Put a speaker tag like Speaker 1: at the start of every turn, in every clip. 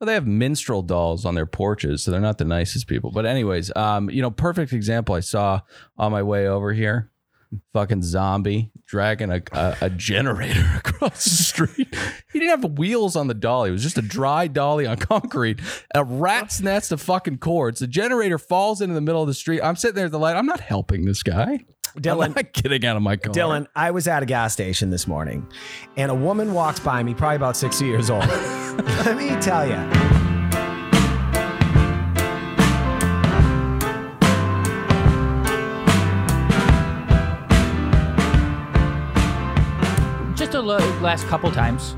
Speaker 1: Well, they have minstrel dolls on their porches, so they're not the nicest people. But anyways, um, you know, perfect example I saw on my way over here. Fucking zombie dragging a, a, a generator across the street. He didn't have wheels on the dolly. It was just a dry dolly on concrete. A rat's nest of fucking cords. The generator falls into the middle of the street. I'm sitting there at the light. I'm not helping this guy. I'm
Speaker 2: Dylan,
Speaker 1: not getting out of my car.
Speaker 2: Dylan, I was at a gas station this morning, and a woman walks by me, probably about 60 years old. Let me tell you.
Speaker 3: Just a lo- last couple times.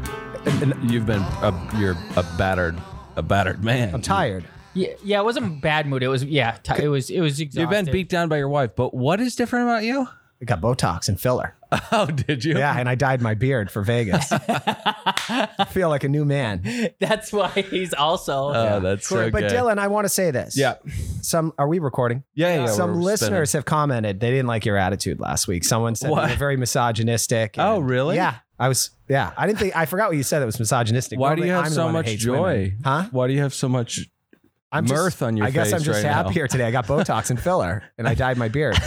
Speaker 1: You've been a, you're a battered a battered man.
Speaker 2: I'm tired.
Speaker 3: Yeah, yeah, it wasn't a bad mood. It was yeah, t- it was it was
Speaker 1: You've
Speaker 3: exhausted.
Speaker 1: been beat down by your wife, but what is different about you?
Speaker 2: I got Botox and filler.
Speaker 1: Oh, did you?
Speaker 2: Yeah, and I dyed my beard for Vegas. I feel like a new man.
Speaker 3: That's why he's also.
Speaker 1: Oh, that's so
Speaker 2: But
Speaker 1: good.
Speaker 2: Dylan, I want to say this.
Speaker 1: yeah,
Speaker 2: Some are we recording?
Speaker 1: yeah, yeah.
Speaker 2: Some
Speaker 1: we're
Speaker 2: listeners have commented they didn't like your attitude last week. Someone said
Speaker 1: What?
Speaker 2: you were very misogynistic. and-
Speaker 1: Oh, really?
Speaker 2: Yeah. I was yeah. I didn't think I forgot what you said that was misogynistic.
Speaker 1: spinning. Why do
Speaker 2: Normally,
Speaker 1: you have
Speaker 2: I'm the
Speaker 1: so
Speaker 2: one that
Speaker 1: much
Speaker 2: hates
Speaker 1: joy?
Speaker 2: women. Huh?
Speaker 1: Why do you have so much?
Speaker 2: I'm just-
Speaker 1: mirth on your
Speaker 2: I guess I'm
Speaker 1: face
Speaker 2: just
Speaker 1: right now.
Speaker 2: happier today. I got Botox and filler and I dyed my beard.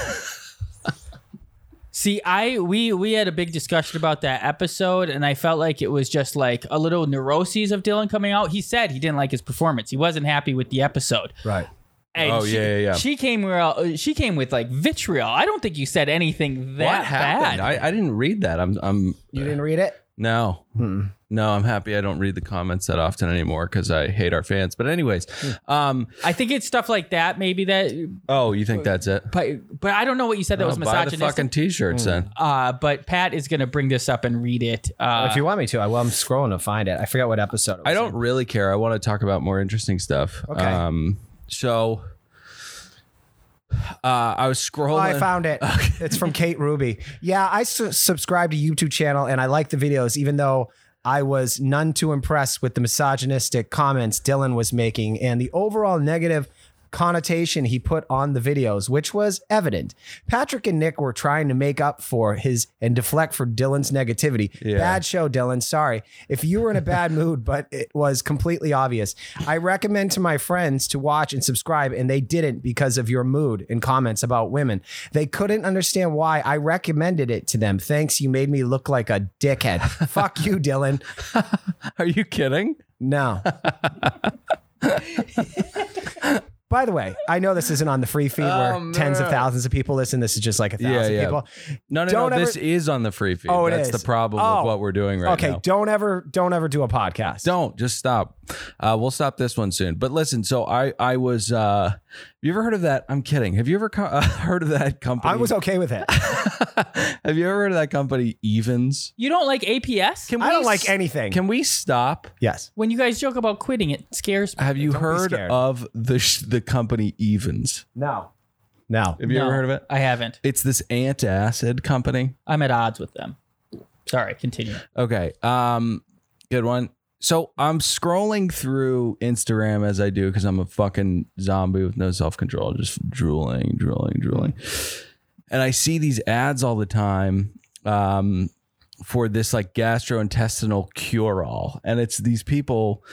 Speaker 3: See, I we we had a big discussion about that episode, and I felt like it was just like a little neuroses of Dylan coming out. He said he didn't like his performance. He wasn't happy with the episode.
Speaker 2: Right.
Speaker 3: And
Speaker 1: Oh,
Speaker 3: she,
Speaker 1: yeah, yeah, yeah.
Speaker 3: She came real. She came with like vitriol. I don't think you said anything that
Speaker 1: what happened?
Speaker 3: bad.
Speaker 1: I, I didn't read that. I'm I'm
Speaker 2: You Hmm. didn't read it?
Speaker 1: no. No, I'm happy I don't read the comments that often anymore because I hate our fans. But anyways,
Speaker 2: Hmm.
Speaker 1: um,
Speaker 3: I think it's stuff like that, maybe that.
Speaker 1: oh, you think that's it?
Speaker 3: But but I don't know what you said that was
Speaker 1: Oh, buy the
Speaker 3: misogynistic.
Speaker 1: fucking
Speaker 2: Hmm.
Speaker 1: t-shirts then.
Speaker 3: uh, but Pat is gonna bring this up and read it. Uh,
Speaker 2: if you want me to, I will. I'm scrolling to find it. I forgot what episode. It was
Speaker 1: I don't really care. I want to talk about more interesting stuff.
Speaker 2: Okay.
Speaker 1: Um, so uh, I was scrolling.
Speaker 2: Oh, I found it. It's from Kate Ruby. Yeah, I su- subscribe to YouTube channel and I like the videos, even though I was none too impressed with the misogynistic comments Dylan was making and the overall negative connotation he put on the videos, which was evident. Patrick and Nick were trying to make up for his and deflect for Dylan's negativity.
Speaker 1: Yeah.
Speaker 2: Bad show, Dylan. Sorry if you were in a bad mood, but it was completely obvious. I recommend to my friends to watch and subscribe, and they didn't because of your mood and comments about women. They couldn't understand why I recommended it to them. Thanks, you made me look like a dickhead. Fuck you, Dylan.
Speaker 1: Are you kidding?
Speaker 2: No. By the way, I know this isn't on the free feed where
Speaker 1: Oh,
Speaker 2: tens of
Speaker 1: no.
Speaker 2: thousands of people listen. This is just like a
Speaker 1: Yeah,
Speaker 2: thousand
Speaker 1: yeah.
Speaker 2: people.
Speaker 1: No, no,
Speaker 2: Don't
Speaker 1: no.
Speaker 2: ever-
Speaker 1: This is on the free feed.
Speaker 2: Oh, it
Speaker 1: That's
Speaker 2: is.
Speaker 1: the problem
Speaker 2: Oh.
Speaker 1: with what we're doing right
Speaker 2: okay,
Speaker 1: now.
Speaker 2: don't ever, don't ever do a podcast.
Speaker 1: Don't just stop. Uh, we'll stop this one soon. But listen, so I I was. Uh, you ever heard of that? I'm kidding. Have you ever co- uh, heard of that company?
Speaker 2: I was okay with it.
Speaker 1: Have you ever heard of that company Evans?
Speaker 3: you don't like APS?
Speaker 1: Can
Speaker 2: I don't
Speaker 1: we
Speaker 2: like
Speaker 1: s-
Speaker 2: anything.
Speaker 1: Can we stop?
Speaker 2: yes.
Speaker 3: when you guys joke about quitting, it scares me.
Speaker 1: Have you heard
Speaker 2: scared.
Speaker 1: of the sh- the company Evans?
Speaker 2: No. No.
Speaker 1: Have you
Speaker 3: No,
Speaker 1: ever heard of it?
Speaker 3: I haven't.
Speaker 1: It's this antacid company.
Speaker 3: I'm at odds with them. Sorry, continue.
Speaker 1: Okay. Um, good one. So I'm scrolling through Instagram as I do because I'm a fucking zombie with no self control, just drooling, drooling, drooling. And I see these ads all the time um, for this like gastrointestinal cure all. And it's these people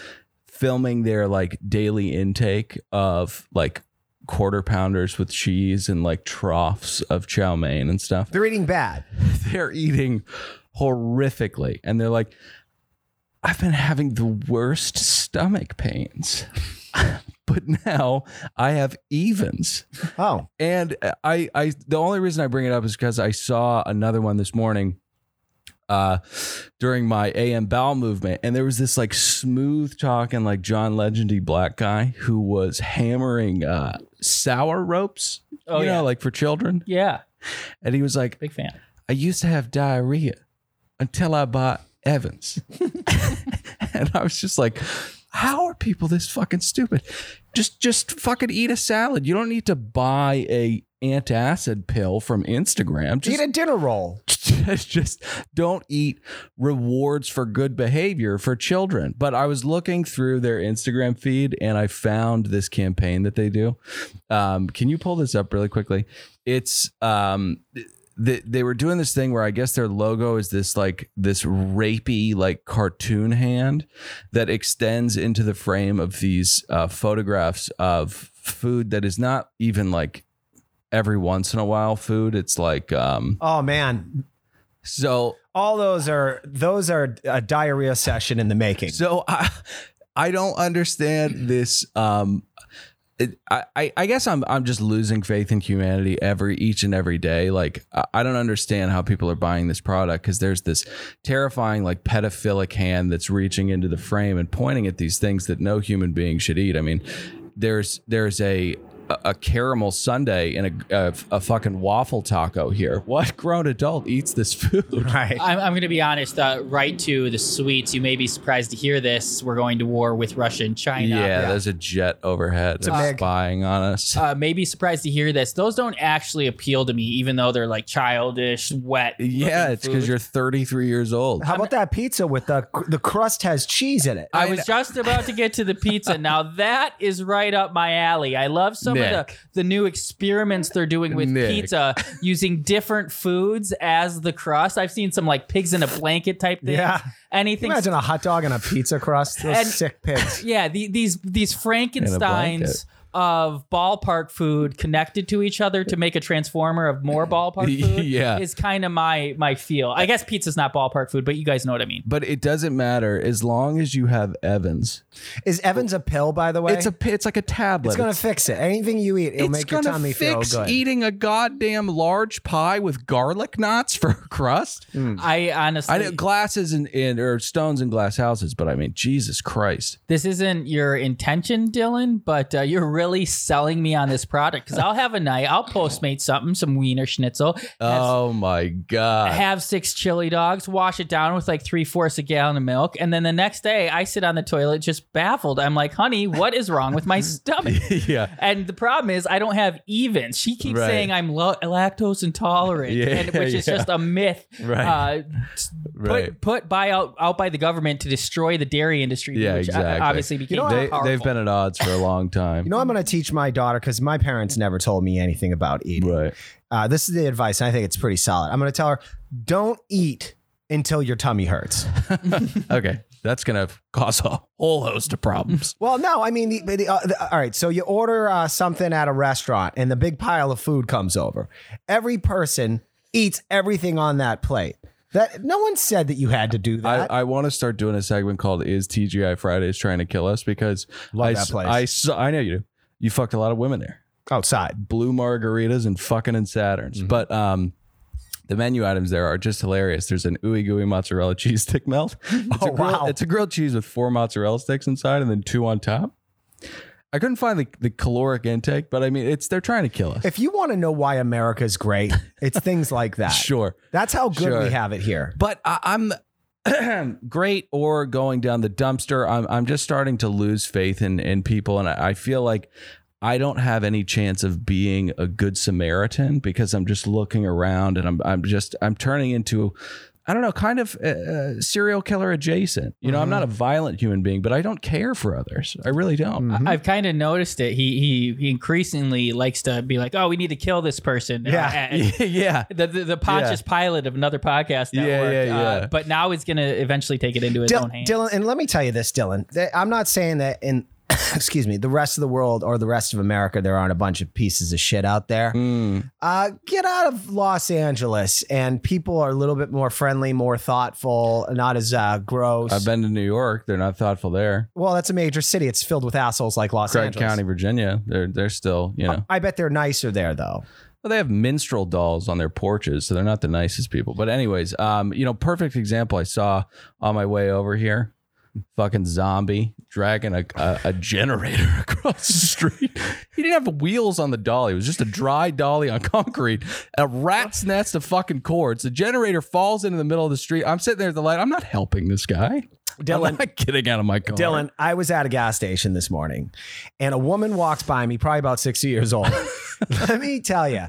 Speaker 1: filming their like daily intake of like quarter pounders with cheese and like troughs of chow mein and stuff
Speaker 2: They're eating bad.
Speaker 1: they're eating horrifically and they're like i've been having the worst stomach pains but now i have evens
Speaker 2: Oh,
Speaker 1: and I, I, the only reason I bring it up is because I saw another one this morning, uh, during my AM bowel movement, and there was this like smooth talking, like John Legendy black guy who was hammering uh, sour ropes,
Speaker 3: Oh,
Speaker 1: you
Speaker 3: yeah.
Speaker 1: know, like for children,
Speaker 3: Yeah,
Speaker 1: and he was like,
Speaker 3: big fan.
Speaker 1: I used to have diarrhea until I bought Evans. and I was just like, how are people this fucking stupid? Just just fucking eat a salad. You don't need to buy a antacid pill from Instagram.
Speaker 2: eat
Speaker 1: Just,
Speaker 2: a dinner roll.
Speaker 1: just don't eat rewards for good behavior for children. But I was looking through their Instagram feed and I found this campaign that they do. Um, can you pull this up really quickly? It's um, they, they were doing this thing where I guess their logo is this like this rapey like cartoon hand that extends into the frame of these uh, photographs of food that is not even like every once in a while food. It's like um
Speaker 2: Oh man,
Speaker 1: so
Speaker 2: all those are those are a diarrhea session in the making.
Speaker 1: So I, I don't understand this. Um, it, I- I, I guess I'm I'm just losing faith in humanity every each and every day. Like I, I don't understand how people are buying this product because there's this terrifying like pedophilic hand that's reaching into the frame and pointing at these things that no human being should eat. I mean, there's there's a a a caramel sundae and a, a, a fucking waffle taco here. What grown adult eats this food?
Speaker 2: Right.
Speaker 3: I'm, I'm going to be honest. Uh, right to the sweets. You may be surprised to hear this. We're going to war with Russia and China.
Speaker 1: Yeah, there's a jet overhead
Speaker 2: a
Speaker 1: that's
Speaker 2: big-
Speaker 1: spying on us.
Speaker 3: Uh, may be surprised to hear this. Those don't actually appeal to me, even though they're like childish, wet.
Speaker 1: Yeah,
Speaker 3: looking
Speaker 1: it's because
Speaker 3: food.
Speaker 1: you're 33 years old.
Speaker 2: How about that pizza with the the crust has cheese in it?
Speaker 3: I was just about to get to the pizza. Now that is right up my alley. I love some of the,
Speaker 1: Nick.
Speaker 3: the new experiments they're doing with
Speaker 1: Nick.
Speaker 3: pizza using different foods as the crust. I've seen some like pigs in a blanket type thing.
Speaker 2: Yeah.
Speaker 3: Anything
Speaker 2: Imagine a hot dog and a pizza crust. Those
Speaker 3: And-
Speaker 2: sick pigs.
Speaker 3: yeah, the, these these Frankenstein's of ballpark food connected to each other to make a transformer of more ballpark food
Speaker 1: Yeah.
Speaker 3: is kind of my my feel. I guess pizza's not ballpark food, but you guys know what I mean.
Speaker 1: But it doesn't matter as long as you have Evans.
Speaker 2: Is Evans a pill, by the way?
Speaker 1: It's a it's like a tablet.
Speaker 2: It's gonna fix it. Anything you eat, it'll
Speaker 1: It's
Speaker 2: make your
Speaker 1: gonna
Speaker 2: tummy feel
Speaker 1: fix
Speaker 2: good.
Speaker 1: eating a goddamn large pie with garlic knots for a crust.
Speaker 2: Mm.
Speaker 3: I honestly
Speaker 1: Hmm. I know glasses and, and or stones and glass houses, but I mean Jesus Christ.
Speaker 3: this isn't your intention, Dylan, but uh, you're really selling me on this product because I'll have a night. I'll Postmate something, some wiener schnitzel. have
Speaker 1: Oh my God.
Speaker 3: have six chili dogs, wash it down with like three fourths a gallon of milk, and then the next day I sit on the toilet just baffled. I'm like, honey, what is wrong with my stomach?
Speaker 1: yeah.
Speaker 3: And the problem is I don't have even. She keeps
Speaker 1: Right.
Speaker 3: saying I'm lo- lactose intolerant,
Speaker 1: Yeah,
Speaker 3: and, which is
Speaker 1: yeah.
Speaker 3: just a myth.
Speaker 1: Right.
Speaker 3: Uh, s-
Speaker 1: Right.
Speaker 3: Put put by out, out by the government to destroy the dairy industry,
Speaker 1: Yeah,
Speaker 3: which uh,
Speaker 1: exactly.
Speaker 3: obviously became
Speaker 2: know,
Speaker 1: They,
Speaker 3: powerful.
Speaker 1: they've been at odds for a long time.
Speaker 2: You know, I'm gonna teach my daughter because my parents never told me anything about eating.
Speaker 1: right.
Speaker 2: Uh, this is the advice, and I think it's pretty solid. I'm gonna tell her, don't eat until your tummy hurts.
Speaker 1: Okay. That's going to cause a whole host of problems.
Speaker 2: Well, no, I mean, the, the, uh, the, all right. So you order uh, something at a restaurant, and the big pile of food comes over. Every person eats everything on that plate. That no one said that you had to do
Speaker 1: I, uh,
Speaker 2: that.
Speaker 1: I want to start doing a segment called "Is TGI Fridays Trying to Kill Us?" Because I,
Speaker 2: that
Speaker 1: s-
Speaker 2: place.
Speaker 1: I s- I know you do. You fucked a lot of women there,
Speaker 2: Outside,
Speaker 1: blue margaritas and fucking and Saturns.
Speaker 2: Mm-hmm.
Speaker 1: But um, the menu items there are just hilarious. There's an ooey gooey mozzarella cheese stick melt. It's
Speaker 2: Oh,
Speaker 1: a grilled,
Speaker 2: wow.
Speaker 1: It's a grilled cheese with four mozzarella sticks inside and then two on top. I couldn't find the, the caloric intake, but I mean, it's they're trying to kill us.
Speaker 2: if you want to know why America's great, it's things like that.
Speaker 1: Sure.
Speaker 2: That's how good
Speaker 1: Sure.
Speaker 2: we have it here.
Speaker 1: But I, I'm great or going down the dumpster. I'm I'm just starting to lose faith in in people, and I, I feel like I don't have any chance of being a good Samaritan because I'm just looking around and I'm I'm just I'm turning into. I don't know, kind of uh, uh, serial killer adjacent. You know, I'm not a violent human being, but I don't care for others. I really don't.
Speaker 3: I- I've kind of noticed it. He, he he increasingly likes to be like, "Oh, we need to kill this person." uh,
Speaker 2: Yeah.
Speaker 3: and-
Speaker 1: yeah.
Speaker 3: the the, the Pontius Pilate of another podcast
Speaker 1: Yeah,
Speaker 3: network.
Speaker 1: yeah, yeah.
Speaker 3: Uh, but now he's gonna eventually take it into his
Speaker 2: Dil-
Speaker 3: own hands.
Speaker 2: Dylan, and let me tell you this, Dylan. that- I'm not saying that in, excuse me, the rest of the world or the rest of America, there aren't a bunch of pieces of shit out there.
Speaker 1: Hmm.
Speaker 2: Uh, get out of Los Angeles, and people are a little bit more friendly, more thoughtful, not as uh, gross.
Speaker 1: I've been to New York. They're not thoughtful there.
Speaker 2: well, that's a major city. It's filled with assholes like Los
Speaker 1: Craig
Speaker 2: Angeles.
Speaker 1: County, Virginia. They're they're still, you know.
Speaker 2: I bet they're nicer there, though.
Speaker 1: Well, they have minstrel dolls on their porches, so they're not the nicest people. But anyways, um, you know, perfect example I saw on my way over here. Fucking zombie dragging a, a, a generator across the street. He didn't have wheels on the dolly. It was just a dry dolly on concrete. A rat's nest of fucking cords. The generator falls into the middle of the street. I'm sitting there at the light. I'm not helping this guy.
Speaker 2: Dylan-
Speaker 1: I'm not getting out of my car.
Speaker 2: Dylan, I was at a gas station this morning and a woman walks by me, probably about 60 years old. Let me tell you,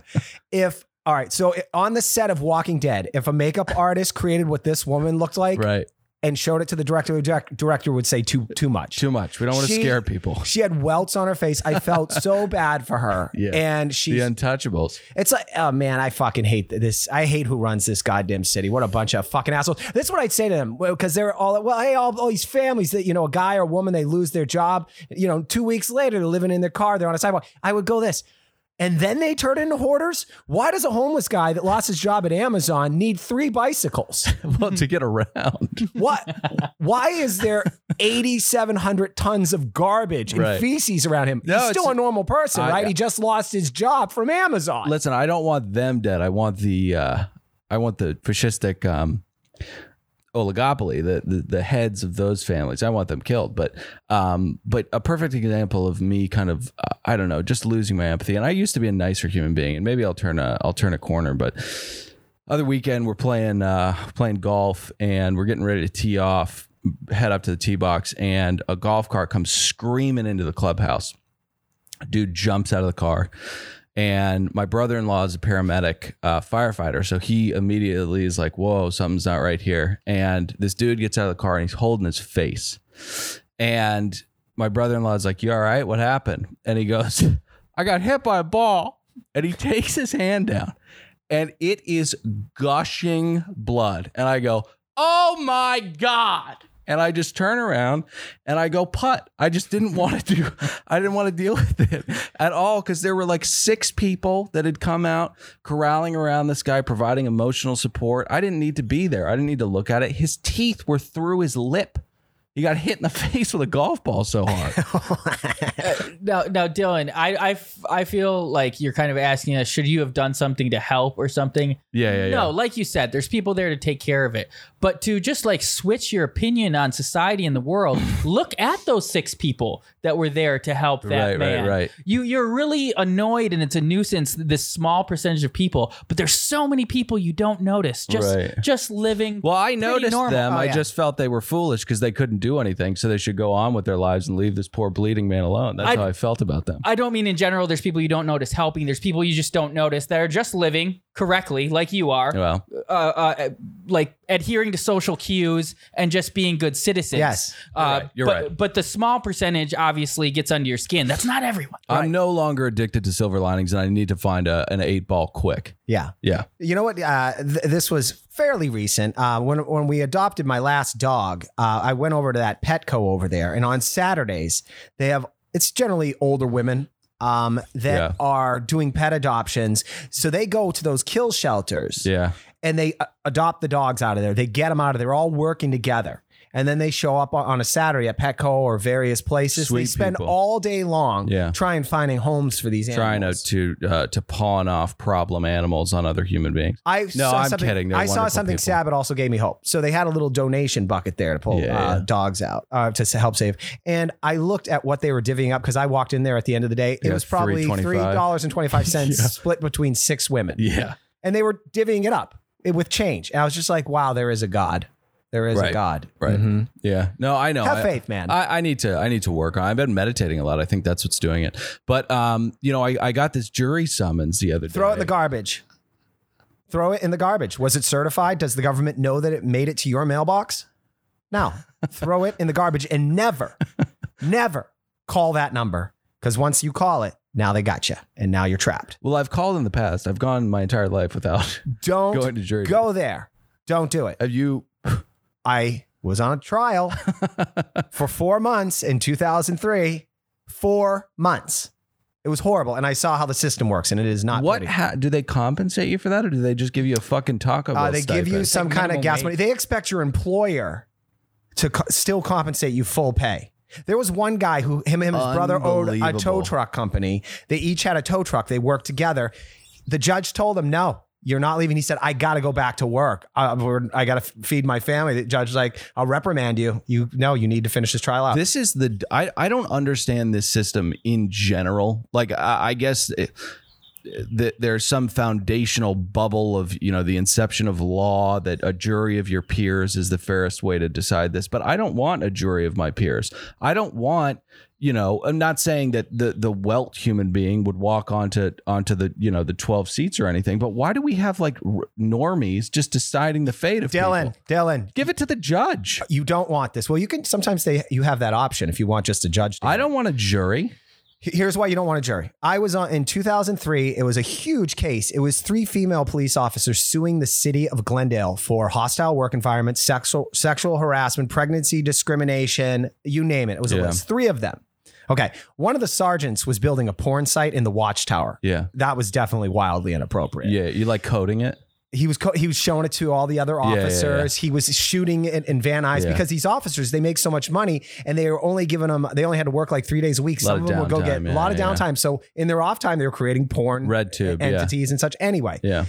Speaker 2: if, all right, so on the set of Walking Dead, if a makeup artist created what this woman looked like,
Speaker 1: Right.
Speaker 2: and showed it to the director, the direct- director would say too too much.
Speaker 1: Too much. We don't want to
Speaker 2: She-
Speaker 1: scare people.
Speaker 2: She had welts on her face. I felt so bad for her.
Speaker 1: Yeah.
Speaker 2: And
Speaker 1: The
Speaker 2: she's
Speaker 1: Untouchables.
Speaker 2: it's like, oh man, I fucking hate this. I hate who runs this goddamn city. What a bunch of fucking assholes. This is what I'd say to them because they're all well, hey, all, all these families that you know, a guy or woman, they lose their job. You know, two weeks later, they're living in their car. They're on a sidewalk. I would go this. And then they turn into hoarders. Why does a homeless guy that lost his job at Amazon need three bicycles?
Speaker 1: Well, to get around.
Speaker 2: What? Why is there 8,700 tons of garbage and
Speaker 1: Right.
Speaker 2: feces around him?
Speaker 1: No,
Speaker 2: He's still
Speaker 1: it's-
Speaker 2: a normal person,
Speaker 1: I-
Speaker 2: right? he just lost his job from Amazon.
Speaker 1: Listen, I don't want them dead. I want the uh I want the fascistic um oligopoly, the, the the heads of those families. I want them killed. But um but a perfect example of me kind of uh, I don't know, just losing my empathy. And I used to be a nicer human being and maybe I'll turn a I'll turn a corner, but other weekend we're playing uh playing golf and we're getting ready to tee off head up to the tee box and a golf cart comes screaming into the clubhouse dude jumps out of the car and my brother-in-law is a paramedic uh, firefighter so he immediately is like whoa something's not right here and this dude gets out of the car and he's holding his face and my brother-in-law is like you all right what happened and he goes i got hit by a ball and he takes his hand down and it is gushing blood and i go oh my god and I just turn around and I go putt. I just didn't want to do I didn't want to deal with it at all cuz there were like six people that had come out corralling around this guy providing emotional support. I didn't need to be there. I didn't need to look at it. His teeth were through his lip. He got hit in the face with a golf ball so hard.
Speaker 3: Now, now, Dylan, I, I f- I feel like you're kind of asking us, should you have done something to help or something?
Speaker 1: Yeah, yeah, yeah.
Speaker 3: No, like you said, there's people there to take care of it. But to just like switch your opinion on society and the world, look at those six people that were there to help that
Speaker 1: Right, right,
Speaker 3: man.
Speaker 1: right.
Speaker 3: You you're really annoyed and it's a nuisance this small percentage of people, but there's so many people you don't notice just
Speaker 1: Right.
Speaker 3: just living
Speaker 1: Well, I
Speaker 3: pretty
Speaker 1: noticed
Speaker 3: normal.
Speaker 1: them.
Speaker 2: Oh,
Speaker 1: I
Speaker 2: yeah.
Speaker 1: just felt they were foolish because they couldn't do anything, so they should go on with their lives and leave this poor bleeding man alone. That's
Speaker 3: I-
Speaker 1: how I felt about them.
Speaker 3: I don't mean in general. There's people you don't notice helping. There's people you just don't notice that are just living correctly, like you are,
Speaker 1: well,
Speaker 3: uh, uh, like adhering to social cues and just being good citizens.
Speaker 2: Yes.
Speaker 3: uh,
Speaker 1: You're right. You're
Speaker 3: but,
Speaker 1: right.
Speaker 3: But the small percentage obviously gets under your skin. That's not everyone.
Speaker 1: I'm no longer addicted to silver linings, and I need to find a, an eight ball quick.
Speaker 2: yeah.
Speaker 1: Yeah.
Speaker 2: You know what? Uh, th- this was fairly recent. Uh, when when we adopted my last dog, uh, I went over to that Petco over there, and on Saturdays they have it's generally older women um, that
Speaker 1: Yeah.
Speaker 2: are doing pet adoptions. So they go to those kill shelters
Speaker 1: Yeah.
Speaker 2: and they uh, adopt the dogs out of there. They get them out of there. They're all working together. And then they show up on- on a Saturday at Petco or various places.
Speaker 1: Sweet
Speaker 2: they spend
Speaker 1: people.
Speaker 2: all day long
Speaker 1: Yeah.
Speaker 2: trying finding homes for these animals.
Speaker 1: Trying to to uh, to pawn off problem animals on other human beings.
Speaker 2: I saw
Speaker 1: I'm
Speaker 2: something,
Speaker 1: kidding. They're
Speaker 2: I saw
Speaker 1: wonderful
Speaker 2: something
Speaker 1: people.
Speaker 2: sad, but also gave me hope. So they had a little donation bucket there to pull
Speaker 1: Yeah,
Speaker 2: uh,
Speaker 1: yeah.
Speaker 2: dogs out uh, to s- help save. And I looked at what they were divvying up because I walked in there at the end of the day. It
Speaker 1: Yeah,
Speaker 2: was probably three
Speaker 1: $3.25.
Speaker 2: dollars and twenty five cents
Speaker 1: Yeah.
Speaker 2: split between six women,
Speaker 1: Yeah.
Speaker 2: and they were divvying it up eh, with change. And I was just like, "Wow, there is a God. There is
Speaker 1: Right.
Speaker 2: a God."
Speaker 1: Right.
Speaker 2: Mhm.
Speaker 1: Yeah. No, I know.
Speaker 2: Have
Speaker 1: I-
Speaker 2: faith, man.
Speaker 1: I, I need to I need to work on. I've been meditating a lot. I think that's what's doing it. But um, you know, I, I got this jury summons the other day.
Speaker 2: Throw it in the garbage. Throw it in the garbage. Was it certified? Does the government know that it made it to your mailbox? No. Throw it in the garbage and never, never call that number. Because once you call it, now they got you and now you're trapped.
Speaker 1: Well, I've called in the past. I've gone my entire life without going
Speaker 2: Don't
Speaker 1: to jury.
Speaker 2: go there. Don't do it.
Speaker 1: Have you?
Speaker 2: I was on a trial for four months in 2003. Four months. It was horrible. And I saw how the system works and it is not
Speaker 1: what
Speaker 2: pretty.
Speaker 1: ha- do they compensate you for that, or do they just give you a fucking taco? Bell
Speaker 2: Uh, they give you
Speaker 1: stipend?
Speaker 2: some
Speaker 3: Like
Speaker 2: kind of
Speaker 3: minimum
Speaker 2: gas
Speaker 3: wage.
Speaker 2: money. They expect your employer to co- still compensate you full pay. There was one guy who him and his brother owned a tow
Speaker 1: Unbelievable.
Speaker 2: truck company. They each had a tow truck. They worked together. The judge told him, "No, you're not leaving." He said, "I got to go back to work. I, we're- I got to feed my family." The judge's like, "I'll reprimand you. You no, you need to finish this trial out."
Speaker 1: This is the I, I don't understand this system in general. Like I, I guess it- that there's some foundational bubble of you know the inception of law that a jury of your peers is the fairest way to decide this but i don't want a jury of my peers i don't want you know i'm not saying that the the welt human being would walk onto onto the you know the 12 seats or anything but why do we have like r- normies just deciding the fate of
Speaker 2: Dylan,
Speaker 1: people?
Speaker 2: Dylan,
Speaker 1: give it to the judge
Speaker 2: you don't want this. Well, you can sometimes they you have that option if you want just a judge. to-
Speaker 1: i don't want a jury
Speaker 2: Here's why you don't want a jury. I was on in 2003. It was a huge case. It was three female police officers suing the city of Glendale for hostile work environment, sexual sexual harassment, pregnancy discrimination. You name it. It was
Speaker 1: Yeah.
Speaker 2: a list. Three of them. Okay. One of the sergeants was building a porn site in the Watchtower.
Speaker 1: yeah
Speaker 2: That was definitely wildly inappropriate.
Speaker 1: yeah you like coding it
Speaker 2: He was co- he was showing it to all the other
Speaker 1: yeah, yeah.
Speaker 2: officers. He was shooting in, in Van Nuys
Speaker 1: Yeah.
Speaker 2: because these officers they make so much money and they were only giving them they only had to work like three days a week.
Speaker 1: Lot
Speaker 2: Some
Speaker 1: of
Speaker 2: of them would go get
Speaker 1: downtime,
Speaker 2: a lot of
Speaker 1: yeah, yeah.
Speaker 2: downtime. So in their off time, they were creating porn
Speaker 1: red tube yeah
Speaker 2: entities and such. Anyway,
Speaker 1: yeah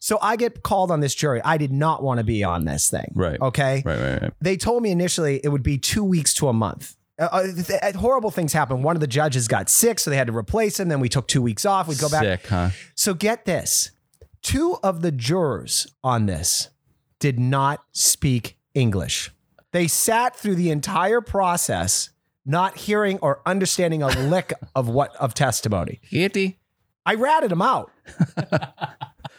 Speaker 2: so I get called on this jury. I did not want to be on this thing.
Speaker 1: Right.
Speaker 2: Okay.
Speaker 1: right right right
Speaker 2: They told me initially it would be two weeks to a month. Uh, uh, th- th- horrible things happened. One of the judges got sick, so they had to replace him. Then we took two weeks off. We'd go back.
Speaker 1: sick huh
Speaker 2: So get this. Two of the jurors on this did not speak English. They sat through the entire process not hearing or understanding a lick of what of testimony.
Speaker 1: Kitty.
Speaker 2: I ratted them out.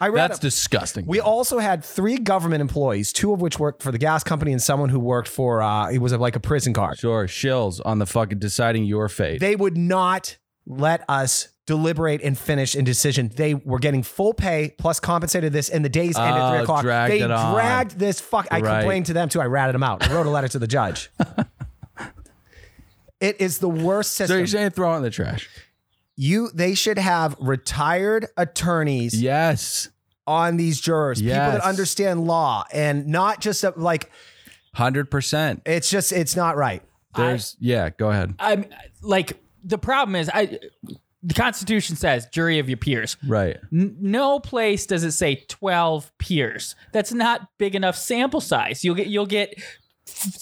Speaker 2: I ratted
Speaker 1: That's disgusting.
Speaker 2: we also had three government employees, two of which worked for the gas company and someone who worked for uh it was like a prison guard.
Speaker 1: sure shills on the fucking deciding your fate.
Speaker 2: They would not let us deliberate and finish in decision. They were getting full pay plus compensated this, and the days ended at
Speaker 1: Oh,
Speaker 2: three o'clock.
Speaker 1: dragged
Speaker 2: they
Speaker 1: it on.
Speaker 2: dragged this fuck. I
Speaker 1: Right.
Speaker 2: complained to them too. I ratted them out. I wrote a letter to the judge. it is the worst
Speaker 1: so
Speaker 2: system.
Speaker 1: you're saying throw it in the trash?
Speaker 2: you they should have retired attorneys
Speaker 1: Yes,
Speaker 2: on these jurors, people
Speaker 1: Yes.
Speaker 2: that understand law and not just uh, like
Speaker 1: hundred percent.
Speaker 2: it's just it's not right.
Speaker 1: There's yeah. Go ahead.
Speaker 3: I'm like the problem is I. The Constitution says jury of your peers.
Speaker 1: Right.
Speaker 3: N- no place does it say 12 peers. That's not big enough sample size. You'll get you'll get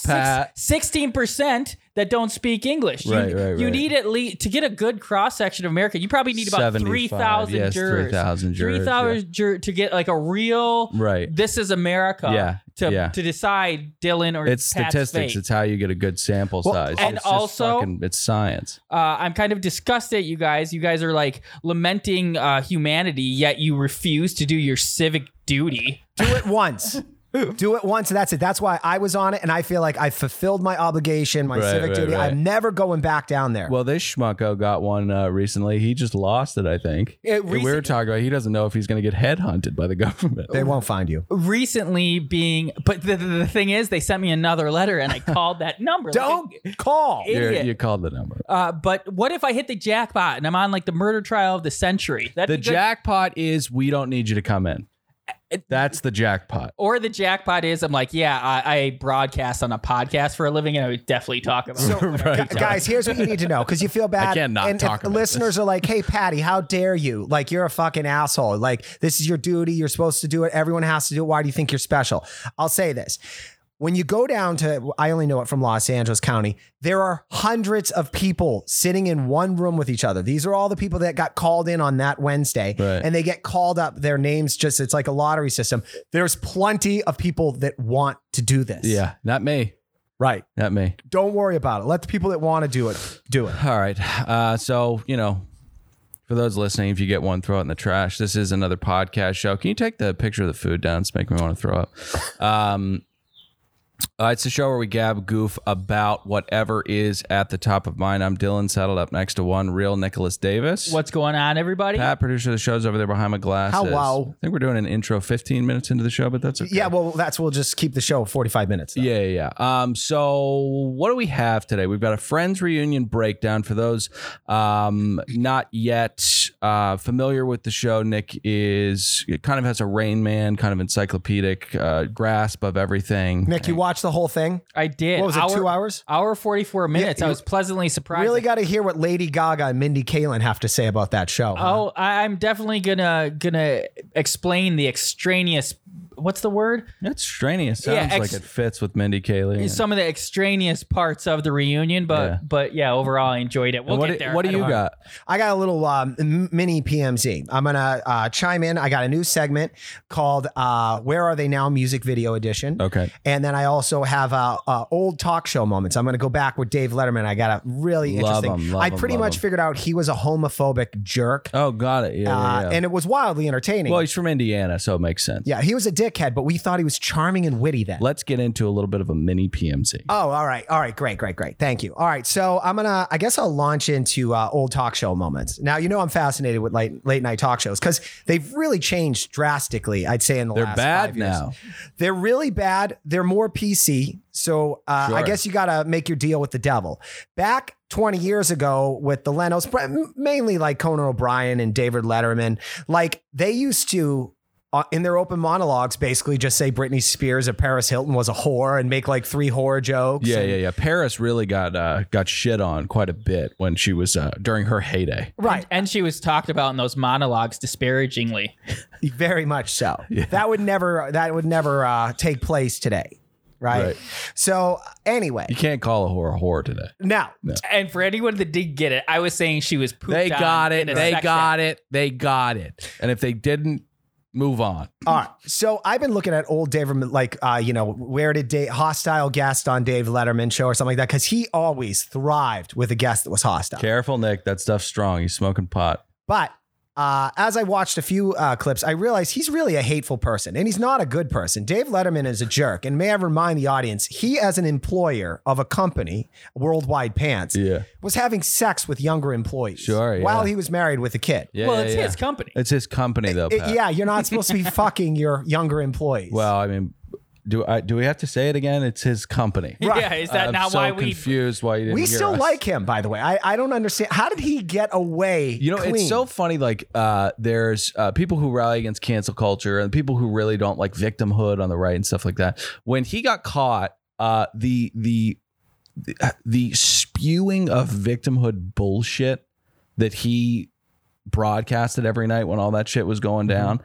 Speaker 1: Pat.
Speaker 3: sixteen percent that don't speak English. You-
Speaker 1: Right,
Speaker 3: you,
Speaker 1: right, right.
Speaker 3: need at least to get a good cross section of America. You probably need about
Speaker 1: 75,
Speaker 3: three thousand
Speaker 1: yes,
Speaker 3: jurors,
Speaker 1: 3,000 jurors,
Speaker 3: three thousand jur- to get like a real
Speaker 1: Right.
Speaker 3: This is America.
Speaker 1: Yeah,
Speaker 3: to
Speaker 1: yeah.
Speaker 3: to decide Dylan or
Speaker 1: It's
Speaker 3: Pat's
Speaker 1: statistics.
Speaker 3: fate.
Speaker 1: It's how you get a good sample size.
Speaker 3: and
Speaker 1: it's just
Speaker 3: also-
Speaker 1: fucking- it's science.
Speaker 3: uh, I'm kind of disgusted at you guys. You guys are like lamenting uh, humanity, yet you refuse to do your civic duty.
Speaker 2: Do it once. Do it once. and That's it. That's why I was on it, and I feel like I fulfilled my obligation, my
Speaker 1: Right,
Speaker 2: civic
Speaker 1: right,
Speaker 2: duty.
Speaker 1: right.
Speaker 2: I'm never going back down there.
Speaker 1: Well, this schmucko got one uh, recently. He just lost it. I think.
Speaker 3: It
Speaker 1: we were talking about. He doesn't know if he's going to get headhunted by the government.
Speaker 2: they won't find you.
Speaker 3: Recently, being but the, the, the thing is, they sent me another letter, and I called that number. like,
Speaker 2: Don't call.
Speaker 3: It-
Speaker 1: You're-
Speaker 3: idiot.
Speaker 1: you called the number.
Speaker 3: uh, but what if I hit the jackpot and I'm on like the murder trial of the century? That
Speaker 1: the jackpot is we don't need you to come in. That's the jackpot.
Speaker 3: or the jackpot is I'm like, yeah, I, I broadcast on a podcast for a living, and I would definitely talk about.
Speaker 2: So,
Speaker 3: it.
Speaker 1: Right.
Speaker 2: gu- guys, here's what you need to know because you feel bad.
Speaker 1: I can't not
Speaker 2: and if
Speaker 1: talk about
Speaker 2: listeners are like, "Hey, Patty, how dare you? Like, you're a fucking asshole. Like, this is your duty. You're supposed to do it. Everyone has to do it. Why do you think you're special?" I'll say this. When you go down to, I only know it from Los Angeles County, there are hundreds of people sitting in one room with each other. These are all the people that got called in on that Wednesday
Speaker 1: Right.
Speaker 2: and they get called up. Their names just, it's like a lottery system. There's plenty of people that want to do this.
Speaker 1: Yeah, not me.
Speaker 2: Right.
Speaker 1: Not me.
Speaker 2: Don't worry about it. Let the people that want to do it do it.
Speaker 1: All right. Uh, so, you know, for those listening, if you get one, throw it in the trash. This is another podcast show. Can you take the picture of the food down? It's making me want to throw up. Um, uh, it's a show where we gab goof about whatever is at the top of mind. I'm Dylan, saddled up next to one real Nicholas Davis.
Speaker 3: What's going on, everybody?
Speaker 1: Pat, producer of the show's over there behind my glasses.
Speaker 2: Hello.
Speaker 1: I think we're doing an intro 15 minutes into the show, but that's okay.
Speaker 2: Yeah, well, that's we'll just keep the show 45 minutes.
Speaker 1: Yeah, yeah. yeah. Um, so what do we have today? We've got a friends reunion breakdown for those um, not yet uh, familiar with the show. Nick is it kind of has a Rain Man kind of encyclopedic uh, grasp of everything.
Speaker 2: Nick, you watched the whole thing?
Speaker 3: I did.
Speaker 2: What was it,
Speaker 3: Hour-
Speaker 2: two hours?
Speaker 3: Hour forty four minutes.
Speaker 2: you-
Speaker 3: I was pleasantly surprised.
Speaker 2: Really got to hear what Lady Gaga and Mindy Kaling have to say
Speaker 1: Oh.
Speaker 2: about that show. huh?
Speaker 3: Oh, I- I'm definitely gonna gonna explain the extraneous what's the word?
Speaker 1: That's strenuous.
Speaker 3: Yeah,
Speaker 1: Sounds
Speaker 3: ex-
Speaker 1: like it fits with Mindy Kaling.
Speaker 3: Some of the extraneous parts of the reunion, but
Speaker 1: Yeah.
Speaker 3: but yeah, overall I enjoyed it. We'll
Speaker 1: And what
Speaker 3: get
Speaker 1: do-
Speaker 3: there.
Speaker 1: what do
Speaker 3: I
Speaker 1: you
Speaker 3: don't-
Speaker 1: got?
Speaker 2: I got a little um, m- mini PMZ. I'm gonna uh, chime in. I got a new segment called uh, "Where Are They Now?" Music Video Edition.
Speaker 1: Okay.
Speaker 2: And then I also have uh, uh, old talk show moments. I'm going to go back with Dave Letterman. I got a really
Speaker 1: Love
Speaker 2: interesting.
Speaker 1: him, love
Speaker 2: I
Speaker 1: him,
Speaker 2: pretty
Speaker 1: love
Speaker 2: much
Speaker 1: him.
Speaker 2: figured out he was a homophobic jerk,
Speaker 1: Oh, got it. Yeah. yeah,
Speaker 2: uh,
Speaker 1: yeah.
Speaker 2: and it was wildly entertaining.
Speaker 1: well, he's from Indiana, so it makes sense.
Speaker 2: yeah, he was a dickhead, but we thought he was charming and witty then.
Speaker 1: Let's get into a little bit of a mini PMC.
Speaker 2: Oh, all right. All right. Great, great, great. Thank you. All right. So I'm going to, I guess I'll launch into uh, old talk show moments. Now, you know, I'm fascinated with late, late night talk shows because they've really changed drastically, I'd say, in the
Speaker 1: They're
Speaker 2: last
Speaker 1: bad
Speaker 2: five years.
Speaker 1: now.
Speaker 2: They're really bad. They're more PC. So uh, I
Speaker 1: Sure.
Speaker 2: guess you got to make your deal with the devil. Back 20 years ago with the Lenos, but mainly like Conan O'Brien and David Letterman, like they used to. Uh, in their open monologues, basically just say Britney Spears or Paris Hilton was a whore and make like three whore jokes.
Speaker 1: Yeah,
Speaker 2: and-
Speaker 1: yeah, yeah. Paris really got uh, got shit on quite a bit when she was uh, during her heyday.
Speaker 2: Right.
Speaker 3: And she was talked about in those monologues disparagingly.
Speaker 2: Very much so. That would never, that would never uh, take place today. Right.
Speaker 1: Right.
Speaker 2: So anyway,
Speaker 1: You can't call a whore a whore today.
Speaker 2: now
Speaker 3: And for anyone that did get it, I was saying she was pooped
Speaker 1: They
Speaker 3: on
Speaker 1: got it.
Speaker 3: in a
Speaker 1: They
Speaker 3: section.
Speaker 1: got it. They got it. And if they didn't, move on.
Speaker 2: All right. So I've been looking at old David, like, uh, you know, where did Dave, hostile guest on Dave Letterman show or something like that? Because he always thrived with a guest that was hostile.
Speaker 1: Careful, Nick. That stuff's strong. He's smoking pot.
Speaker 2: But uh, as I watched a few uh, clips, I realized he's really a hateful person and he's not a good person. Dave Letterman is a jerk. And may I remind the audience, he, as an employer of a company, Worldwide Pants,
Speaker 1: Yeah.
Speaker 2: was having sex with younger employees
Speaker 1: Sure, yeah.
Speaker 2: while he was married with a kid.
Speaker 1: Yeah.
Speaker 3: well,
Speaker 1: yeah,
Speaker 3: it's
Speaker 1: yeah.
Speaker 3: his company.
Speaker 1: It's his company though.
Speaker 2: It-
Speaker 1: Pat.
Speaker 2: yeah, you're not supposed to be fucking your younger employees.
Speaker 1: Well, I mean, do I do we have to say it again? It's his company.
Speaker 3: Yeah, is that
Speaker 1: I'm
Speaker 3: not
Speaker 1: so
Speaker 3: why we
Speaker 1: confused why you didn't
Speaker 2: We
Speaker 1: hear
Speaker 2: still
Speaker 1: us.
Speaker 2: like him, by the way. I, I don't understand. How did he get away?
Speaker 1: You know,
Speaker 2: clean?
Speaker 1: it's so funny. Like, uh, there's uh, people who rally against cancel culture and people who really don't like victimhood on the right and stuff like that. When he got caught, uh, the the the spewing of victimhood bullshit that he broadcasted every night when all that shit was going down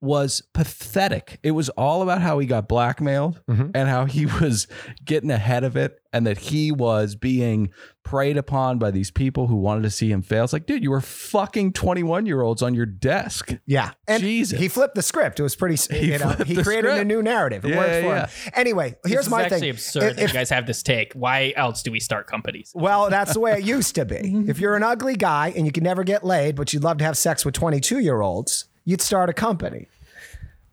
Speaker 1: was pathetic. It was all about how he got blackmailed and how he was getting ahead of it and that he was being preyed upon by these people who wanted to see him fail. It's like, dude, you were fucking 21 year olds on your desk.
Speaker 2: Yeah. And
Speaker 1: Jesus.
Speaker 2: he flipped the script. It was pretty, he, you know,
Speaker 1: flipped
Speaker 2: he
Speaker 1: the
Speaker 2: created a
Speaker 1: script.
Speaker 2: new narrative. It
Speaker 1: Yeah,
Speaker 2: worked
Speaker 1: yeah,
Speaker 2: for
Speaker 1: yeah.
Speaker 2: him. Anyway, here's
Speaker 3: this
Speaker 2: my
Speaker 3: is actually
Speaker 2: thing.
Speaker 3: absurd
Speaker 2: If-
Speaker 3: that you guys have this take. Why else do we start companies?
Speaker 2: Well, that's the way it used to be. if you're an ugly guy and you can never get laid, but you'd love to have sex with 22 year olds, you'd start a company.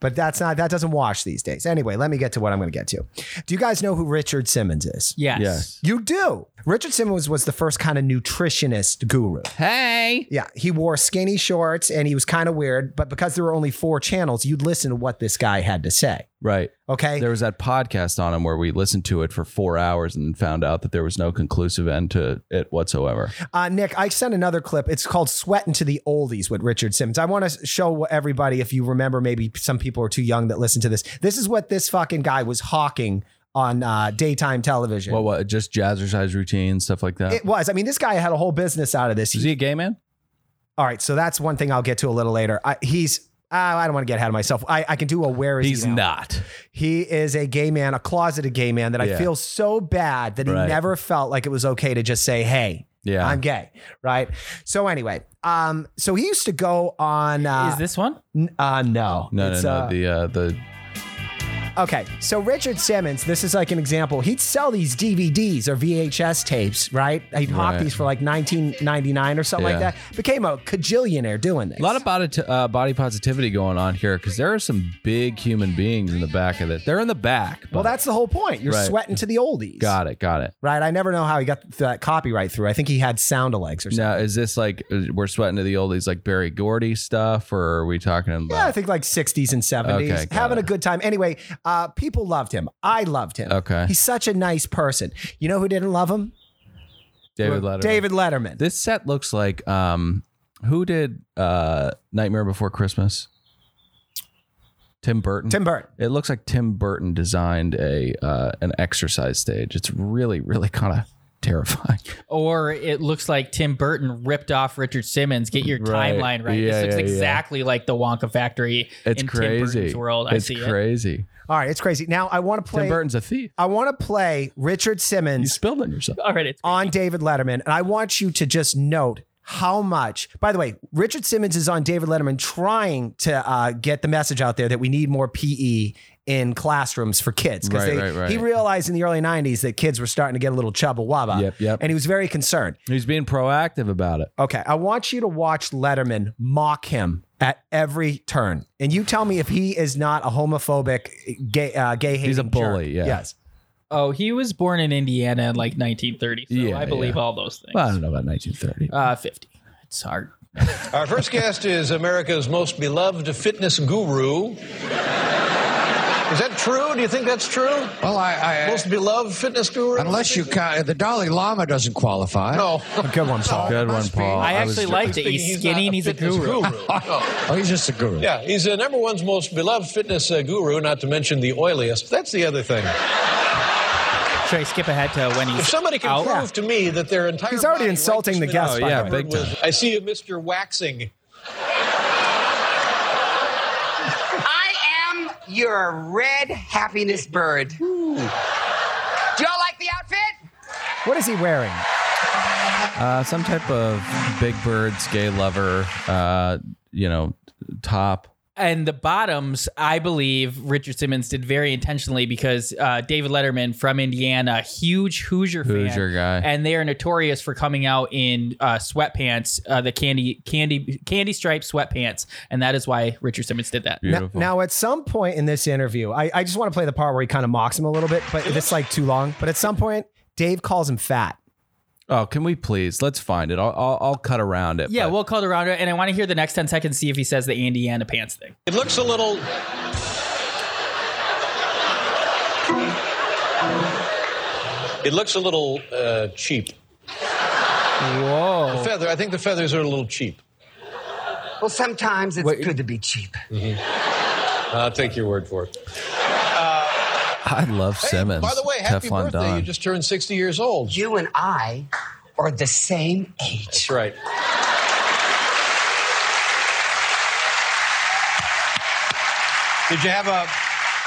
Speaker 2: But that's not, that doesn't wash these days. Anyway, let me get to what I'm going to get to. Do you guys know who Richard Simmons is?
Speaker 3: Yes.
Speaker 1: Yes.
Speaker 2: You do. Richard Simmons was the first kind of nutritionist guru.
Speaker 1: Hey.
Speaker 2: Yeah, he wore skinny shorts and he was kind of weird, but because there were only four channels, you'd listen to what this guy had to say.
Speaker 1: Right.
Speaker 2: Okay.
Speaker 1: There was that podcast on him where we listened to it for four hours and found out that there was no conclusive end to it whatsoever.
Speaker 2: Uh, Nick, I sent another clip. It's called Sweat into the Oldies with Richard Simmons. I want to show everybody, if you remember, maybe some people are too young that listen to this. This is what this fucking guy was hawking on uh, daytime television.
Speaker 1: What, what, just jazzercise routine, stuff like that?
Speaker 2: it was. I mean, this guy had a whole business out of this.
Speaker 1: Is he a gay man?
Speaker 2: All right. So that's one thing I'll get to a little later. I, he's. Uh, I don't want to get ahead of myself. I, I can do a where is
Speaker 1: He's
Speaker 2: he now.
Speaker 1: not.
Speaker 2: He is a gay man, a closeted gay man that I
Speaker 1: Yeah.
Speaker 2: feel so bad that he
Speaker 1: Right.
Speaker 2: never felt like it was okay to just say, "Hey,
Speaker 1: Yeah.
Speaker 2: I'm gay." Right? So anyway, um so he used to go on uh,
Speaker 3: is this one?
Speaker 2: n- uh no.
Speaker 1: no, no,
Speaker 2: It's,
Speaker 1: no.
Speaker 2: uh,
Speaker 1: the uh, the
Speaker 2: okay. So Richard Simmons, this is like an example. He'd sell these DVDs or VHS tapes, right? He'd hawk
Speaker 1: Right.
Speaker 2: these for like 19.99 or something like
Speaker 1: Yeah.
Speaker 2: that. Became a cajillionaire doing this.
Speaker 1: A lot of body, uh, body positivity going on here because there are some big human beings in the back of it. They're in the back.
Speaker 2: well,
Speaker 1: but-
Speaker 2: that's the whole point. You're
Speaker 1: Right.
Speaker 2: sweating to the oldies.
Speaker 1: got it. Got it.
Speaker 2: Right? I never know how he got that copyright through. I think he had soundalikes or something.
Speaker 1: Now, is this like uh, we're sweating to the oldies, like Barry Gordy stuff, or are we talking about?
Speaker 2: Yeah, I think like 60s and 70s.
Speaker 1: Okay, got
Speaker 2: having a
Speaker 1: it.
Speaker 2: good time. Anyway, uh, people loved him. I loved him.
Speaker 1: Okay.
Speaker 2: He's such a nice person. You know who didn't love him?
Speaker 1: David Letterman.
Speaker 2: David Letterman.
Speaker 1: This set looks like um, who did uh, Nightmare Before Christmas? Tim Burton.
Speaker 2: Tim Burton.
Speaker 1: It looks like Tim Burton designed a uh, an exercise stage. It's really, really kind of terrifying.
Speaker 3: Or it looks like Tim Burton ripped off Richard Simmons. Get your
Speaker 1: Right.
Speaker 3: timeline right.
Speaker 1: Yeah,
Speaker 3: this looks
Speaker 1: yeah, yeah.
Speaker 3: exactly like the Wonka Factory
Speaker 1: It's
Speaker 3: in Tim
Speaker 1: crazy.
Speaker 3: Burton's world. I
Speaker 1: it's
Speaker 3: see it.
Speaker 1: crazy.
Speaker 2: All right, it's crazy. Now I want to
Speaker 1: Tim
Speaker 2: play.
Speaker 1: Burton's a thief.
Speaker 2: I want to play Richard
Speaker 1: You
Speaker 2: Simmons
Speaker 1: spilled on yourself.
Speaker 3: All right, it's
Speaker 2: on David Letterman, and I want you to just note how much. By the way, Richard Simmons is on David Letterman trying to uh, get the message out there that we need more PE in classrooms for kids because
Speaker 1: Right, right, right.
Speaker 2: he realized in the early '90s that kids were starting to get a little chubba wabba,
Speaker 1: Yep, yep.
Speaker 2: and he was very concerned.
Speaker 1: He's being proactive about it.
Speaker 2: Okay, I want you to watch Letterman mock him at every turn, and you tell me if he is not a homophobic, gay, uh, gay hating.
Speaker 1: He's a bully, yeah.
Speaker 2: Yes.
Speaker 3: Oh, he was born in Indiana in like 1930. So
Speaker 1: Yeah,
Speaker 3: I believe
Speaker 1: yeah.
Speaker 3: all those things.
Speaker 1: Well, I don't know about 1930.
Speaker 3: Uh, 50. It's hard.
Speaker 4: Our first guest is America's most beloved fitness guru. Is that true? Do you think that's true?
Speaker 5: Well, I, I
Speaker 4: Most beloved fitness guru?
Speaker 5: unless you count the Dalai Lama doesn't qualify.
Speaker 4: No.
Speaker 2: A good one, Paul.
Speaker 1: Good one,
Speaker 5: must be.
Speaker 1: Paul.
Speaker 3: I
Speaker 1: was-
Speaker 3: actually liked it. He's, skinny and he's a
Speaker 4: fitness
Speaker 3: guru.
Speaker 4: No.
Speaker 5: oh, he's just a guru.
Speaker 4: Yeah, he's the number one's most beloved fitness uh, guru, not to mention the oiliest. That's the other thing.
Speaker 3: Should I skip ahead to when he's
Speaker 4: If somebody can
Speaker 3: out?
Speaker 4: prove to me that their entire
Speaker 2: He's already
Speaker 4: body
Speaker 2: insulting
Speaker 4: right
Speaker 2: the
Speaker 4: this
Speaker 2: guest,
Speaker 4: minute
Speaker 1: by
Speaker 4: is
Speaker 1: the way.
Speaker 4: covered
Speaker 1: Oh, yeah, big
Speaker 4: with, I see you, Mr. Waxing.
Speaker 6: I am your red happiness bird. Do y'all like the outfit?
Speaker 2: What is he wearing?
Speaker 1: Uh, some type of Big Bird's gay lover, uh, you know, top.
Speaker 3: and the bottoms, I believe Richard Simmons did very intentionally because uh, David Letterman from Indiana, huge Hoosier,
Speaker 1: Hoosier
Speaker 3: fan,
Speaker 1: guy.
Speaker 3: and they are notorious for coming out in uh, sweatpants, uh, the candy candy candy striped sweatpants, and that is why Richard Simmons did that.
Speaker 2: Now,
Speaker 1: Beautiful.
Speaker 2: now, at some point in this interview, I, I just want to play the part where he kind of mocks him a little bit, but it's like too long. But at some point, Dave calls him fat.
Speaker 1: oh, can we please? Let's find it. I'll, I'll, I'll cut around it.
Speaker 3: Yeah,
Speaker 1: but-
Speaker 3: we'll call the rounder, and I want to hear the next ten seconds see if he says the Indiana pants thing.
Speaker 4: It looks a little. It looks a little uh, cheap.
Speaker 3: Whoa!
Speaker 4: Feather. I think the feathers are a little cheap.
Speaker 6: Well, sometimes it's
Speaker 1: Wait.
Speaker 6: good to be cheap.
Speaker 4: I'll take your word for it.
Speaker 1: I love Simmons.
Speaker 4: By the way, happy
Speaker 1: Teflon
Speaker 4: birthday!
Speaker 1: Don.
Speaker 4: You just turned 60 years old.
Speaker 6: You and I are the same age.
Speaker 4: That's right. Did you have a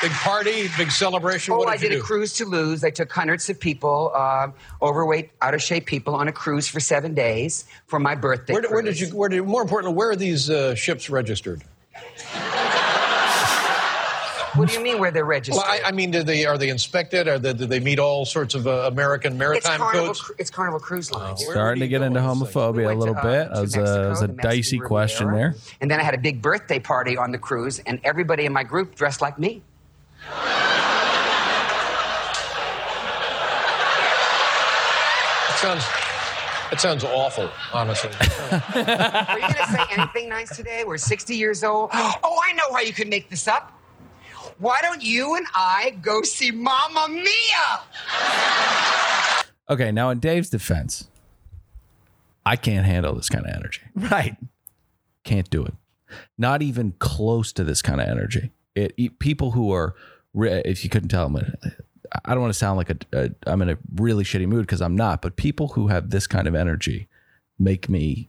Speaker 4: big party, big celebration?
Speaker 6: Oh,
Speaker 4: what did
Speaker 6: I did
Speaker 4: you
Speaker 6: a
Speaker 4: do?
Speaker 6: cruise to Luz. I took hundreds of people, um, overweight, out of shape people, on a cruise for seven days for my birthday.
Speaker 4: Where, did- where did
Speaker 6: cruise.
Speaker 4: you? Where did? More importantly, where are these uh, ships registered?
Speaker 6: What do you mean where they're registered?
Speaker 4: Well, I, I mean, do they are they inspected? Are they, do they meet all sorts of uh, American
Speaker 6: it's
Speaker 4: maritime
Speaker 6: Carnival.
Speaker 4: codes?
Speaker 6: Cru- It's Carnival Cruise Lines.
Speaker 1: Starting to
Speaker 4: you
Speaker 1: get
Speaker 4: go
Speaker 1: into
Speaker 4: on this thing?
Speaker 1: homophobia a
Speaker 6: went to,
Speaker 1: little
Speaker 6: uh,
Speaker 1: bit.
Speaker 6: to
Speaker 1: That was a,
Speaker 6: Mexico,
Speaker 1: that was
Speaker 6: the
Speaker 1: a
Speaker 6: Mexican
Speaker 1: dicey
Speaker 6: Riviera.
Speaker 1: question there.
Speaker 6: And then I had a big birthday party on the cruise, and everybody in my group dressed like me.
Speaker 4: It sounds. It sounds awful, honestly.
Speaker 6: Are you going to say anything nice today? We're 60 years old. Oh, I know how you can make this up. Why don't you and I go see Mamma Mia?
Speaker 1: Okay, now in Dave's defense, I can't handle this kind of energy.
Speaker 2: Right.
Speaker 1: Can't do it. Not even close to this kind of energy. It, it- people who are, re- if you couldn't tell, I'm a- I don't want to sound like a, a I'm in a really shitty mood because I'm not. But people who have this kind of energy make me.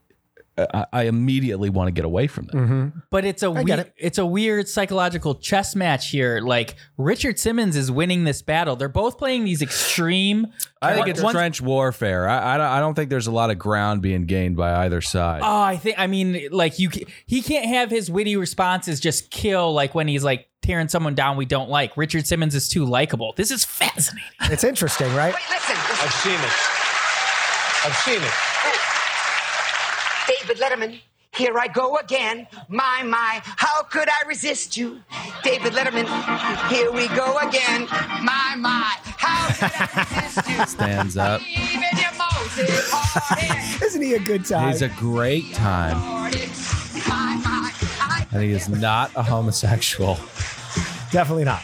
Speaker 1: uh, I, I immediately want to get away from
Speaker 2: Mm.
Speaker 1: them.
Speaker 3: But it's a we-
Speaker 2: get it.
Speaker 3: it's a weird psychological chess match here. Like Richard Simmons is winning this battle. They're both playing these extreme.
Speaker 1: I think it's
Speaker 3: One's-
Speaker 1: trench warfare. I, I, don't, I don't think there's a lot of ground being gained by either side.
Speaker 3: Oh, I think I mean like you. ca- He can't have his witty responses just kill like when he's like tearing someone down we don't like. Richard Simmons is too likable. This is fascinating.
Speaker 2: It's interesting, right?
Speaker 6: Wait, listen. listen.
Speaker 4: I've seen it. I've seen it.
Speaker 6: David Letterman, here I go again. My, my, how could I resist you? David Letterman, here we go again. My, my, how could I resist you?
Speaker 1: Stands up.
Speaker 6: Even your Moses parted.
Speaker 2: Isn't he a good time?
Speaker 1: He's a great time.
Speaker 6: Parted. My, my, I
Speaker 1: And he is not a homosexual.
Speaker 2: Definitely not.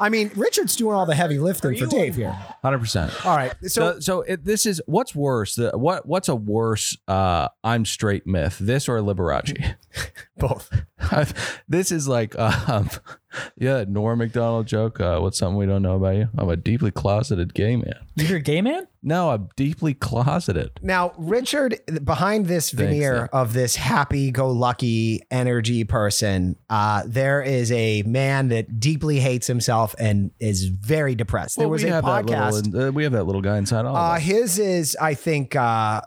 Speaker 2: I mean, Richard's doing all the heavy lifting for Dave here.
Speaker 1: 100%.
Speaker 2: All right. So,
Speaker 1: So, so it, this is what's worse. The, what what's a worse? Uh, I'm straight myth. This or Liberace.
Speaker 2: both.
Speaker 1: I've- this is like um, Yeah, Norm McDonald joke. Uh, what's something we don't know about you? I'm a deeply closeted gay man.
Speaker 3: You're a gay man?
Speaker 1: No, I'm deeply closeted.
Speaker 2: Now, Richard, behind this veneer of this happy go lucky energy person, uh, there is a man that deeply hates himself and is very depressed. There
Speaker 1: Well,
Speaker 2: was
Speaker 1: we
Speaker 2: a
Speaker 1: have that
Speaker 2: podcast.
Speaker 1: Little, uh, we have that little guy inside all
Speaker 2: uh,
Speaker 1: of us.
Speaker 2: his is, I think, uh,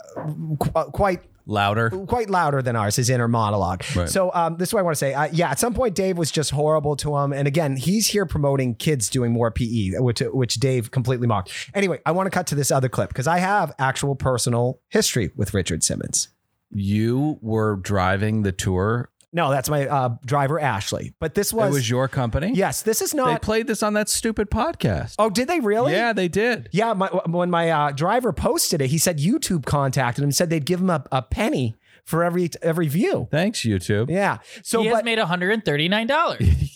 Speaker 2: qu- quite
Speaker 1: Louder.
Speaker 2: quite louder than ours, his inner monologue.
Speaker 1: Right.
Speaker 2: So um, this is what I want to say. Uh, yeah, at some point, Dave was just horrible to him. And again, he's here promoting kids doing more PE, which which Dave completely mocked. Anyway, I want to cut to this other clip because I have actual personal history with Richard Simmons.
Speaker 1: You were driving the tour.
Speaker 2: No, that's my uh, driver Ashley. But this was,
Speaker 1: it was your company.
Speaker 2: yes, this is
Speaker 1: They
Speaker 2: not.
Speaker 1: played this on that stupid podcast.
Speaker 2: oh, did they really?
Speaker 1: Yeah, they did.
Speaker 2: Yeah, my, when my uh, driver posted it, he said YouTube contacted him and said they'd give him a, a penny for every every view.
Speaker 1: Thanks, YouTube.
Speaker 2: Yeah. So
Speaker 3: he
Speaker 2: but,
Speaker 3: has made $139.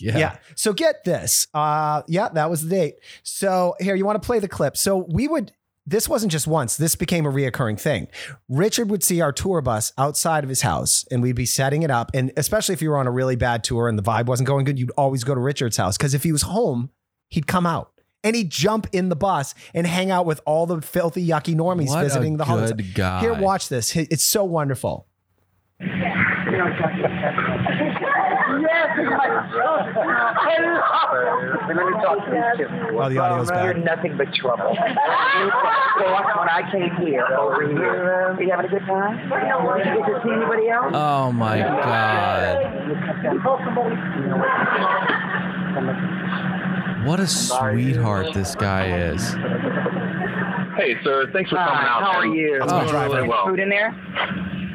Speaker 1: Yeah.
Speaker 2: Yeah. So get this. Uh, yeah, that was the date. So here, you want to play the clip. So we would. This wasn't just once. This became a reoccurring thing. Richard would see our tour bus outside of his house, and we'd be setting it up. And especially if you were on a really bad tour and the vibe wasn't going good, you'd always go to Richard's house because if he was home, he'd come out and he'd jump in the bus and hang out with all the filthy, yucky normies
Speaker 1: What a
Speaker 2: visiting the homeless.
Speaker 1: good guy.
Speaker 2: Here, watch this. He- It's so wonderful.
Speaker 7: Yes, it's my son. Let me talk to these kids.
Speaker 2: Oh, the audio's bad.
Speaker 7: You're nothing but trouble. so when I came here, over here, are you having a good time? Did you see anybody else?
Speaker 1: Oh my God. What a sweetheart this guy is.
Speaker 8: Hey, sir, thanks for coming
Speaker 7: Hi,
Speaker 8: out.
Speaker 7: how are
Speaker 8: man.
Speaker 7: you?
Speaker 8: I'm
Speaker 2: Oh,
Speaker 8: doing
Speaker 2: driver.
Speaker 8: really well.
Speaker 7: Food in there?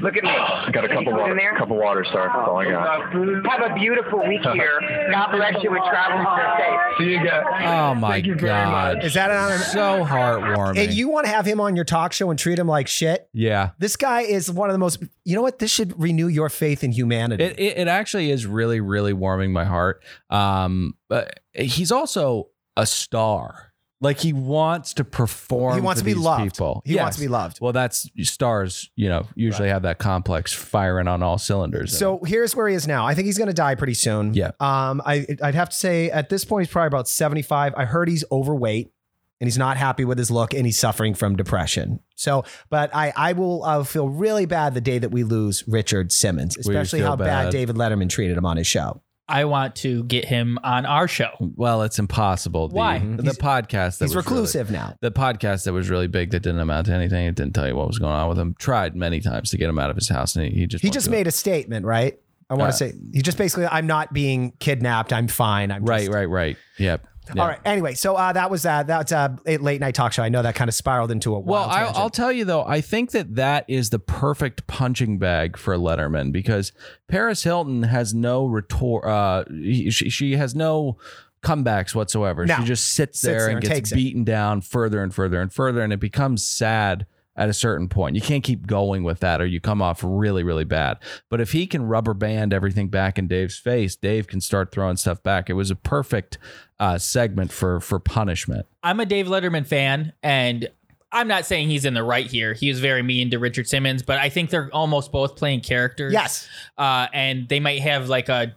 Speaker 7: Look at me.
Speaker 8: I got a cup
Speaker 7: Any
Speaker 8: of
Speaker 7: food in
Speaker 8: water.
Speaker 7: there?
Speaker 8: Cup of water, sir. That's all I got.
Speaker 7: Have a beautiful week here. God bless you and travel safe.
Speaker 8: See you guys.
Speaker 1: Oh my
Speaker 8: Thank you very
Speaker 1: God.
Speaker 8: much.
Speaker 2: Is that on-
Speaker 1: so heartwarming?
Speaker 2: And you want to have him on your talk show and treat him like shit?
Speaker 1: yeah.
Speaker 2: This guy is one of the most. You know what? This should renew your faith in humanity.
Speaker 1: It, it, it actually is really, really warming my heart. Um, but he's also a star. Like he wants to perform.
Speaker 2: he wants
Speaker 1: for
Speaker 2: to be
Speaker 1: these
Speaker 2: loved.
Speaker 1: People.
Speaker 2: He wants to be loved.
Speaker 1: Well, that's stars. You know, usually have that complex firing on all cylinders.
Speaker 2: So here's where he is now. I think he's going to die pretty soon.
Speaker 1: Yeah.
Speaker 2: Um. I I'd have to say at this point he's probably about seventy five. I heard he's overweight. And he's not happy with his look, and he's suffering from depression. So, but I, I will, I'll feel really bad the day that we lose Richard Simmons, especially
Speaker 1: feel
Speaker 2: how bad.
Speaker 1: bad.
Speaker 2: David Letterman treated him on his show.
Speaker 3: I want to get him on our show.
Speaker 1: well, it's impossible. The,
Speaker 3: Why?
Speaker 1: The
Speaker 2: He's-
Speaker 1: podcast that
Speaker 2: He's
Speaker 1: was really-
Speaker 2: reclusive now.
Speaker 1: the podcast that was really big that didn't amount to anything. It didn't tell you what was going on with him. Tried many times to get him out of his house, and he, he just
Speaker 2: He
Speaker 1: won't
Speaker 2: just
Speaker 1: do it.
Speaker 2: made a statement, right? I want
Speaker 1: Uh,
Speaker 2: to say he just basically, I'm not being kidnapped. I'm fine. I'm
Speaker 1: right,
Speaker 2: just-
Speaker 1: right, right. Yep.
Speaker 2: All
Speaker 1: Yep.
Speaker 2: right. Anyway, so uh, that was that. That's uh, a late night talk show. I know that kind of spiraled into a
Speaker 1: Well,
Speaker 2: wild
Speaker 1: I,
Speaker 2: tangent.
Speaker 1: I'll tell you though, I think that that is the perfect punching bag for Letterman because Paris Hilton has no retort. Uh, he- she, she has no comebacks whatsoever.
Speaker 2: No.
Speaker 1: She just sits,
Speaker 2: Sits
Speaker 1: there,
Speaker 2: there
Speaker 1: and
Speaker 2: and
Speaker 1: gets
Speaker 2: takes it.
Speaker 1: beaten down further and further and further, and it becomes sad at a certain point. You can't keep going with that, or you come off really, really bad. But if he can rubber band everything back in Dave's face, Dave can start throwing stuff back. It was a perfect uh, segment for for punishment.
Speaker 3: I'm a Dave Letterman fan, and I'm not saying he's in the right here. He was very mean to Richard Simmons, but I think they're almost both playing characters.
Speaker 2: Yes.
Speaker 3: Uh, and they might have like a,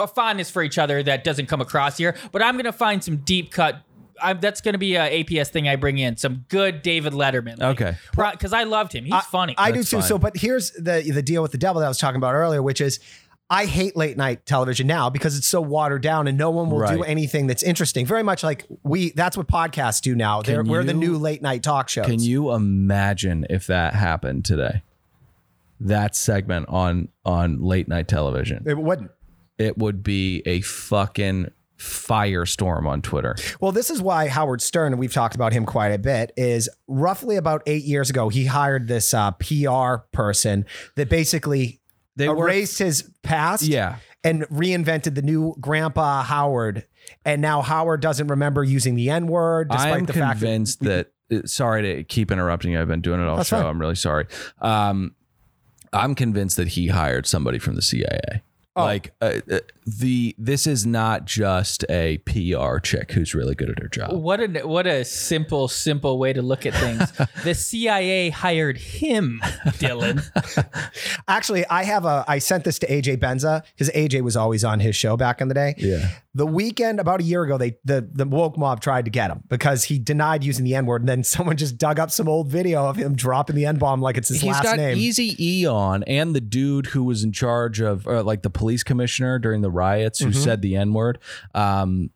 Speaker 3: a fondness for each other that doesn't come across here. But I'm going to find some deep cut. I'm, that's going to be a APS thing I bring in. Some good David Letterman.
Speaker 1: Okay.
Speaker 3: Because I loved him. He's funny.
Speaker 2: I do
Speaker 1: That's
Speaker 2: too.
Speaker 1: fine.
Speaker 2: So, but here's the the deal with the devil that I was talking about earlier, which is I hate late night television now because it's so watered down and no one will do
Speaker 1: Right.
Speaker 2: anything that's interesting. Very much like we. That's what podcasts do now. They're,
Speaker 1: Can
Speaker 2: we're the
Speaker 1: you-
Speaker 2: new late night talk shows.
Speaker 1: Can you imagine if that happened today? That segment on on late night television.
Speaker 2: It wouldn't.
Speaker 1: It would be a fucking firestorm on Twitter.
Speaker 2: Well, this is why Howard Stern, and we've talked about him quite a bit, is roughly about eight years ago, he hired this uh, PR person that basically
Speaker 1: They were-
Speaker 2: uh, erased his past
Speaker 1: Yeah.
Speaker 2: and reinvented the new Grandpa Howard. And now Howard doesn't remember using the N word, despite
Speaker 1: I'm
Speaker 2: the fact that.
Speaker 1: convinced that, uh, sorry to keep interrupting you. I've been doing it all
Speaker 2: That's
Speaker 1: show.
Speaker 2: fine.
Speaker 1: I'm really sorry. Um I'm convinced that he hired somebody from the CIA.
Speaker 2: Oh.
Speaker 1: Like uh, uh, the this is not just a PR chick who's really good at her job.
Speaker 3: What a what a simple simple way to look at things. the CIA hired him, Dylan.
Speaker 2: Actually, I have a. I sent this to AJ Benza because AJ was always on his show back in the day.
Speaker 1: Yeah.
Speaker 2: The weekend about a year ago, they the the woke mob tried to get him because he denied using the N word, and then someone just dug up some old video of him dropping the N bomb like it's his
Speaker 1: He's
Speaker 2: last
Speaker 1: got
Speaker 2: name.
Speaker 1: Easy E on, and the dude who was in charge of, uh, like, the police commissioner during the riots who
Speaker 2: Mm-hmm.
Speaker 1: said the N word, um,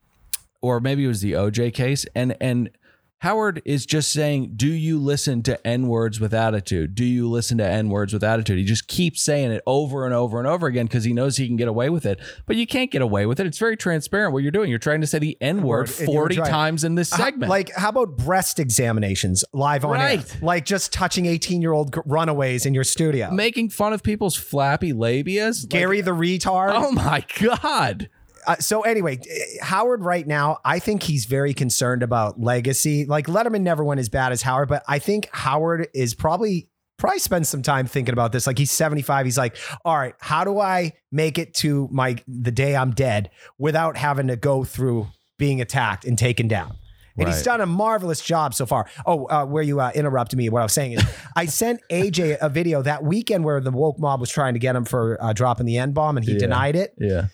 Speaker 1: or maybe it was the OJ case, and and Howard is just saying, "Do you listen to N words with attitude? Do you listen to N words with attitude?" He just keeps saying it over and over and over again because he knows he can get away with it, but you can't get away with it. It's very transparent what you're doing. You're trying to say the N word
Speaker 2: and you're
Speaker 1: forty
Speaker 2: trying-
Speaker 1: times in this
Speaker 2: Uh, How-
Speaker 1: segment.
Speaker 2: Uh-huh, like, how about breast examinations live on air?
Speaker 1: Right.
Speaker 2: Like just touching eighteen-year-old runaways in your studio.
Speaker 1: making fun of people's flappy labias, Like,
Speaker 2: Gary the retard.
Speaker 1: oh my god.
Speaker 2: Uh, so anyway, eh, Howard right now, I think he's very concerned about legacy. Like Letterman never went as bad as Howard, but I think Howard is probably probably spends some time thinking about this. Like he's 75, he's like, "All right, how do I make it to my the day I'm dead without having to go through being attacked and taken down?" And he's
Speaker 1: Right.
Speaker 2: done a marvelous job so far. Oh, uh, where you uh, interrupted me, what I was saying is I sent AJ a video that weekend where the woke mob was trying to get him for uh, dropping the N bomb and he
Speaker 1: Yeah.
Speaker 2: denied it
Speaker 1: Yeah.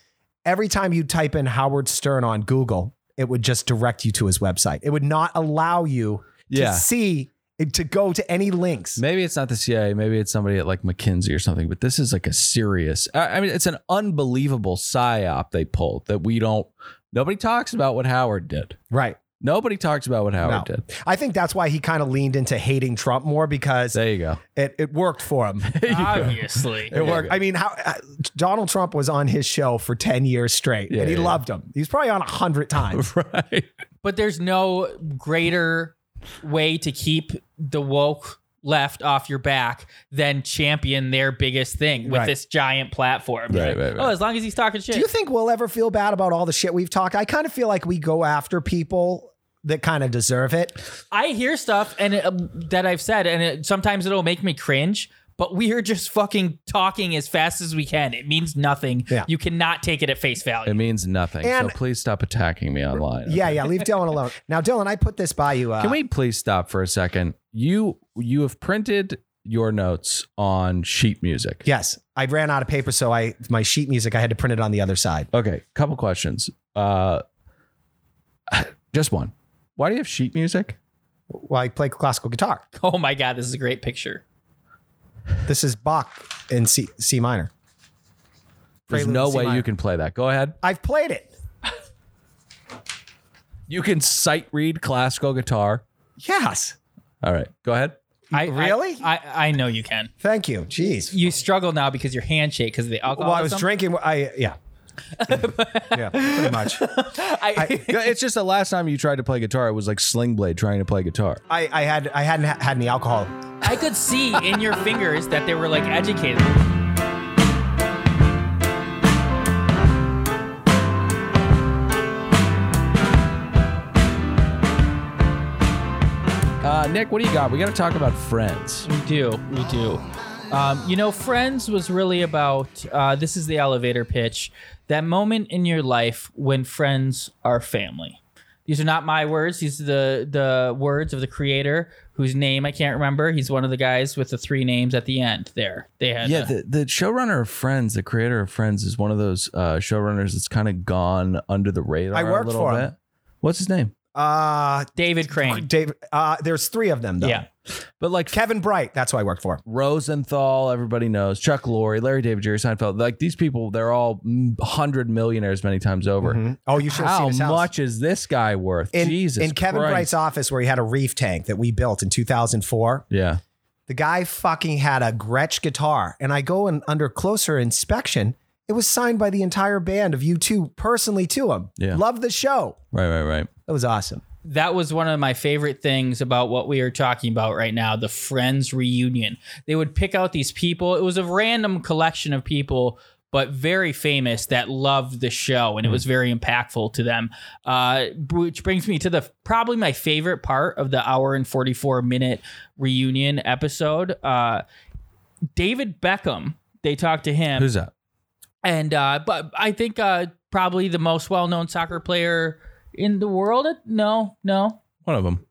Speaker 2: every time you type in Howard Stern on Google, it would just direct you to his website. It would not allow you
Speaker 1: Yeah.
Speaker 2: to see to go to any links.
Speaker 1: Maybe it's not the CIA. Maybe it's somebody at like McKinsey or something. But this is like a serious. I I mean, it's an unbelievable psyop they pulled that we don't. Nobody talks about what Howard did.
Speaker 2: Right.
Speaker 1: Nobody talks about what Howard
Speaker 2: No.
Speaker 1: did.
Speaker 2: I think that's why he kind of leaned into hating Trump more because
Speaker 1: There you go.
Speaker 2: it, it worked for him.
Speaker 3: Obviously.
Speaker 2: It worked. I mean, how uh, Donald Trump was on his show for 10 years straight
Speaker 1: Yeah,
Speaker 2: and he
Speaker 1: yeah,
Speaker 2: loved him. He was probably on 100 times.
Speaker 1: Right.
Speaker 3: But there's no greater way to keep the woke left off your back than champion their biggest thing with
Speaker 2: Right.
Speaker 3: this giant platform.
Speaker 1: Right, right, right.
Speaker 3: Oh, as long as he's talking shit.
Speaker 2: Do you think we'll ever feel bad about all the shit we've talked? I kind of feel like we go after people that kind of deserve it.
Speaker 3: I hear stuff and it, um, that I've said, and it, sometimes it'll make me cringe. But we are just fucking talking as fast as we can. It means nothing.
Speaker 2: Yeah.
Speaker 3: You cannot take it at face value.
Speaker 1: It means nothing.
Speaker 2: And-
Speaker 1: so please stop attacking me online.
Speaker 2: Yeah, yeah. Leave Dylan alone. Now, Dylan, I put this by you. Uh,
Speaker 1: Can we please stop for a second? You you have printed your notes on sheet music.
Speaker 2: Yes, I ran out of paper, so I my sheet music I had to print it on the other side.
Speaker 1: Okay. Couple questions. Uh, just one. Why do you have sheet music?
Speaker 2: Well, I play classical guitar.
Speaker 3: oh my god, this is a great picture.
Speaker 2: This is Bach in C, C minor.
Speaker 1: There's
Speaker 2: Prelude
Speaker 1: no
Speaker 2: to C
Speaker 1: way
Speaker 2: minor.
Speaker 1: you can play that. Go ahead.
Speaker 2: I've played it.
Speaker 1: You can sight read classical guitar.
Speaker 2: Yes.
Speaker 1: All right, go ahead.
Speaker 3: I
Speaker 2: Really?
Speaker 3: I, I, I know you can.
Speaker 2: Thank you. Jeez.
Speaker 3: You struggle now because your handshake because of the alcohol.
Speaker 2: Well, I was drinking. I yeah. yeah, pretty much.
Speaker 3: I,
Speaker 1: Yeah, It's just the last time you tried to play guitar, it was like Sling Blade trying to play guitar.
Speaker 2: I, I had I hadn't ha- had any alcohol.
Speaker 3: I could see in your fingers that they were like educated.
Speaker 1: Uh, Nick, what do you got? We got to talk about friends.
Speaker 3: We do. We do. Um, you know, Friends was really about uh, this is the elevator pitch that moment in your life when friends are family. These are not my words. These are the, the words of the creator whose name I can't remember. He's one of the guys with the three names at the end there. They had
Speaker 1: Yeah,
Speaker 3: uh,
Speaker 1: the, the showrunner of Friends, the creator of Friends, is one of those uh, showrunners that's kind of gone under the radar.
Speaker 2: I worked
Speaker 1: a little
Speaker 2: for
Speaker 1: bit.
Speaker 2: him.
Speaker 1: What's his name?
Speaker 2: Uh,
Speaker 3: David Crane.
Speaker 2: Dave. Uh, there's three of them though.
Speaker 3: Yeah.
Speaker 1: But like
Speaker 2: Kevin Bright. That's who I worked for.
Speaker 1: Rosenthal, everybody knows Chuck Lorre, Larry David, Jerry Seinfeld. Like these people, they're all hundred millionaires many times over.
Speaker 2: Mhm. Oh, you should have
Speaker 1: How
Speaker 2: seen his house.
Speaker 1: much is this guy worth?
Speaker 2: in,
Speaker 1: Jesus,
Speaker 2: in Kevin
Speaker 1: Christ.
Speaker 2: Bright's office where he had a reef tank that we built in 2004.
Speaker 1: Yeah.
Speaker 2: The guy fucking had a Gretsch guitar, and I go and under closer inspection, it was signed by the entire band of you two personally to him.
Speaker 1: Yeah.
Speaker 2: Love the show.
Speaker 1: Right, right, right.
Speaker 2: That was awesome.
Speaker 3: that was one of my favorite things about what we are talking about right now the friends reunion they would pick out these people it was a random collection of people but very famous that loved the show
Speaker 1: Hmm.
Speaker 3: and it was very impactful to them uh, which brings me to the probably my favorite part of the hour and 44 minute reunion episode uh, david beckham they talked to him
Speaker 1: Who's that?
Speaker 3: and uh, but I think uh, probably the most well-known soccer player in the world. No, no,
Speaker 1: One of them.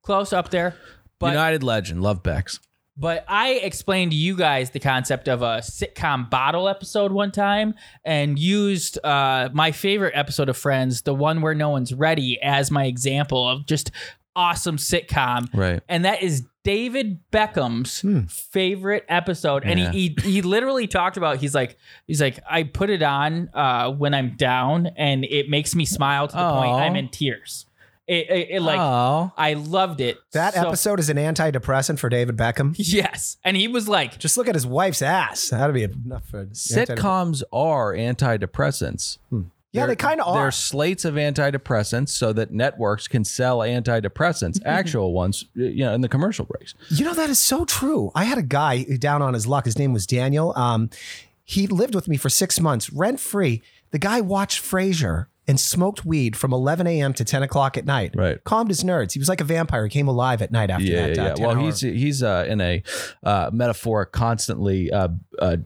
Speaker 3: close up there. But
Speaker 1: United legend, Love Becks.
Speaker 3: But I explained to you guys the concept of a sitcom bottle episode one time and used uh, my favorite episode of Friends, the one where no one's ready, as my example of just awesome sitcom.
Speaker 1: Right. Hmm.
Speaker 3: And that is David Beckham's favorite episode. And
Speaker 1: Yeah.
Speaker 3: he, he he literally talked about he's like he's like, I put it on uh, when I'm down and it makes me smile to the point
Speaker 1: Aw.
Speaker 3: I'm in tears. It, it, it, like
Speaker 1: oh,
Speaker 3: I loved it.
Speaker 2: That
Speaker 3: so-
Speaker 2: episode is an antidepressant for David Beckham.
Speaker 3: Yes. And he was like
Speaker 2: Just look at his wife's ass. That'd be enough for antidepressant.
Speaker 1: sitcoms are antidepressants.
Speaker 2: Yeah, they kind of are.
Speaker 1: They're slates of antidepressants so that networks can sell antidepressants, actual ones, you know, in the commercial breaks.
Speaker 2: You know, that is so true. I had a guy down on his luck. His name was Daniel. Um, he lived with me for six months, rent free. The guy watched Frasier and smoked weed from 11 a.m. to 10 o'clock at night.
Speaker 1: Right.
Speaker 2: Calmed his nerds. He was like a vampire. He came alive at night after
Speaker 1: yeah,
Speaker 2: that. uh,
Speaker 1: yeah.
Speaker 2: 10
Speaker 1: Well,
Speaker 2: hour-
Speaker 1: he's he's uh, in a uh, metaphor constantly uh, uh,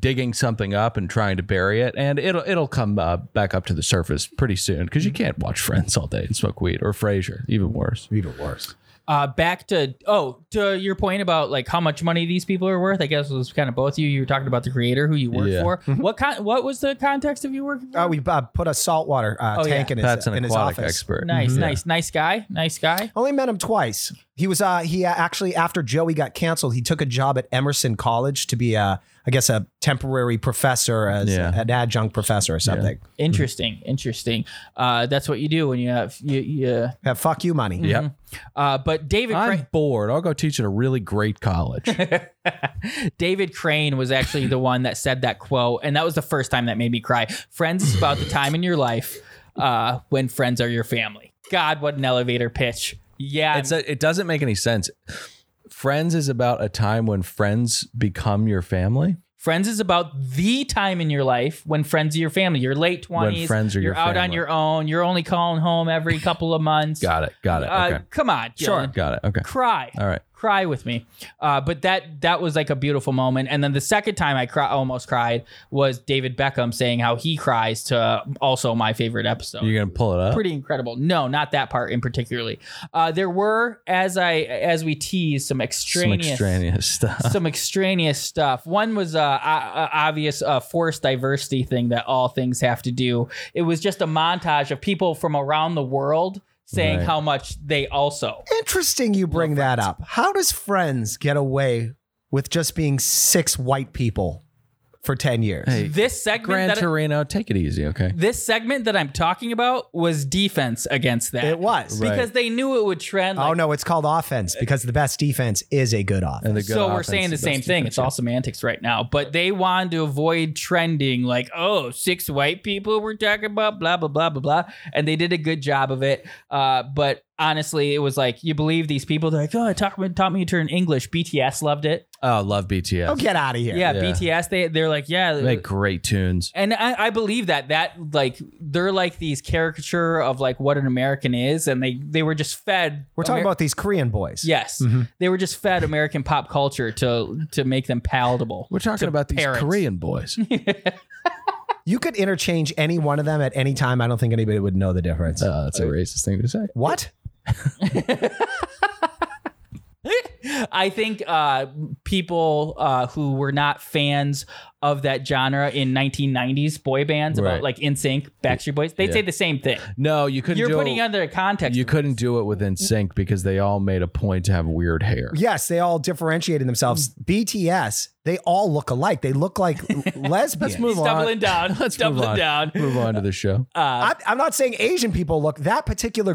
Speaker 1: digging something up and trying to bury it, and it'll it'll come uh, back up to the surface pretty soon because you can't watch Friends all day and smoke weed or Frasier, even worse.
Speaker 2: even worse.
Speaker 3: uh back to oh to your point about like how much money these people are worth i guess it was kind of both of you you were talking about the creator who you work
Speaker 1: Yeah.
Speaker 3: for what kind what was the context of you working for
Speaker 2: Uh, we uh, put a saltwater uh,
Speaker 3: Oh, yeah.
Speaker 2: tank in his,
Speaker 1: That's an
Speaker 2: in his
Speaker 1: aquatic
Speaker 2: office.
Speaker 1: expert.
Speaker 3: nice nice nice guy nice guy
Speaker 2: Only met him twice. He was uh he uh, actually after Joey got canceled, he took a job at Emerson College to be a I guess a temporary professor as
Speaker 1: Yeah.
Speaker 2: an adjunct professor or something.
Speaker 3: interesting interesting uh that's what you do when you have you, you
Speaker 2: Have fuck you money.
Speaker 1: Yep.
Speaker 3: uh but david Cra-
Speaker 1: I'm bored. I'll go teach at a really great college.
Speaker 3: David Crane was actually the one that said that quote, and that was the first time that made me cry. Friends is about the time in your life uh, when friends are your family. God, what an elevator pitch! Yeah,
Speaker 1: it's a, it doesn't make any sense. Friends is about a time when friends become your family.
Speaker 3: Friends is about the time in your life when friends are your family. Your late twenties,
Speaker 1: friends are
Speaker 3: you're
Speaker 1: your
Speaker 3: out on
Speaker 1: family.
Speaker 3: your own. You're only calling home every couple of months.
Speaker 1: Got it. Got it.
Speaker 3: Uh,
Speaker 1: okay.
Speaker 3: Come on, Dylan.
Speaker 1: Got it. Okay.
Speaker 3: Cry,
Speaker 1: All right.
Speaker 3: cry with me. Uh, but that that was like a beautiful moment. And then the second time I cry, almost cried was David Beckham saying how he cries to also my favorite episode
Speaker 1: You're gonna pull it up.
Speaker 3: pretty incredible. No, not that part in particularly. Uh, there were, as I as we teased, some
Speaker 1: Some
Speaker 3: extraneous, some extraneous,
Speaker 1: extraneous stuff.
Speaker 3: stuff. One was uh, uh, obvious uh, forced diversity thing that all things have to do. It was just a montage of people from around the world saying
Speaker 1: Right.
Speaker 3: how much they also.
Speaker 2: Interesting you bring that up. How does friends get away with just being six white people for 10 years?
Speaker 1: Hey,
Speaker 3: This segment,
Speaker 1: Gran
Speaker 3: that,
Speaker 1: Torino, take it easy, okay?
Speaker 3: this segment that I'm talking about was defense against that.
Speaker 2: It was.
Speaker 1: Right.
Speaker 3: because they knew it would trend.
Speaker 2: Oh
Speaker 3: like-
Speaker 2: no, it's called offense because the best defense is a good offense.
Speaker 1: And the good
Speaker 3: so we're
Speaker 1: offense
Speaker 3: saying the
Speaker 1: is
Speaker 3: same
Speaker 1: best
Speaker 3: thing.
Speaker 1: defense,
Speaker 3: It's all semantics right now, but they wanted to avoid trending like, oh, six white people were talking about blah blah blah blah blah, and they did a good job of it. Uh, but honestly, it was like you believe these people. They're like, oh, it taught me taught me to turn English. BTS loved it.
Speaker 1: yeah. Oh, love BTS.
Speaker 2: oh, get out of here.
Speaker 3: Yeah,
Speaker 1: Yeah.
Speaker 3: BTS. They they're like, yeah,
Speaker 1: They Make great tunes.
Speaker 3: and I, I believe that that like they're like these caricature of like what an American is, and they they were just fed.
Speaker 2: We're talking
Speaker 3: Amer-
Speaker 2: about these Korean boys.
Speaker 3: Yes, they were just fed American pop culture to to make them palatable.
Speaker 1: We're talking
Speaker 3: to
Speaker 1: about these
Speaker 3: parents.
Speaker 1: Korean boys. Uh,
Speaker 2: You could interchange any one of them at any time. I don't think anybody would know the difference.
Speaker 1: Uh, that's a racist thing to say.
Speaker 2: what?
Speaker 3: I think uh, people uh, who were not fans of that genre in 1990s boy bands about
Speaker 1: Right.
Speaker 3: like NSYNC, Backstreet Boys, they'd say the same thing.
Speaker 1: No, you couldn't
Speaker 3: You're
Speaker 1: do
Speaker 3: putting
Speaker 1: it.
Speaker 3: under context.
Speaker 1: You couldn't do it within sync because they all made a point to have weird hair.
Speaker 2: Yes, they all differentiated themselves.
Speaker 1: Mm.
Speaker 2: BTS, they all look alike. They look like lesbians.
Speaker 1: move
Speaker 3: He's
Speaker 1: on.
Speaker 3: doubling down. Let's
Speaker 1: Move
Speaker 3: doubling
Speaker 1: on.
Speaker 3: down. Uh,
Speaker 1: Move on to the show.
Speaker 2: I'm, I'm not saying Asian people look that particular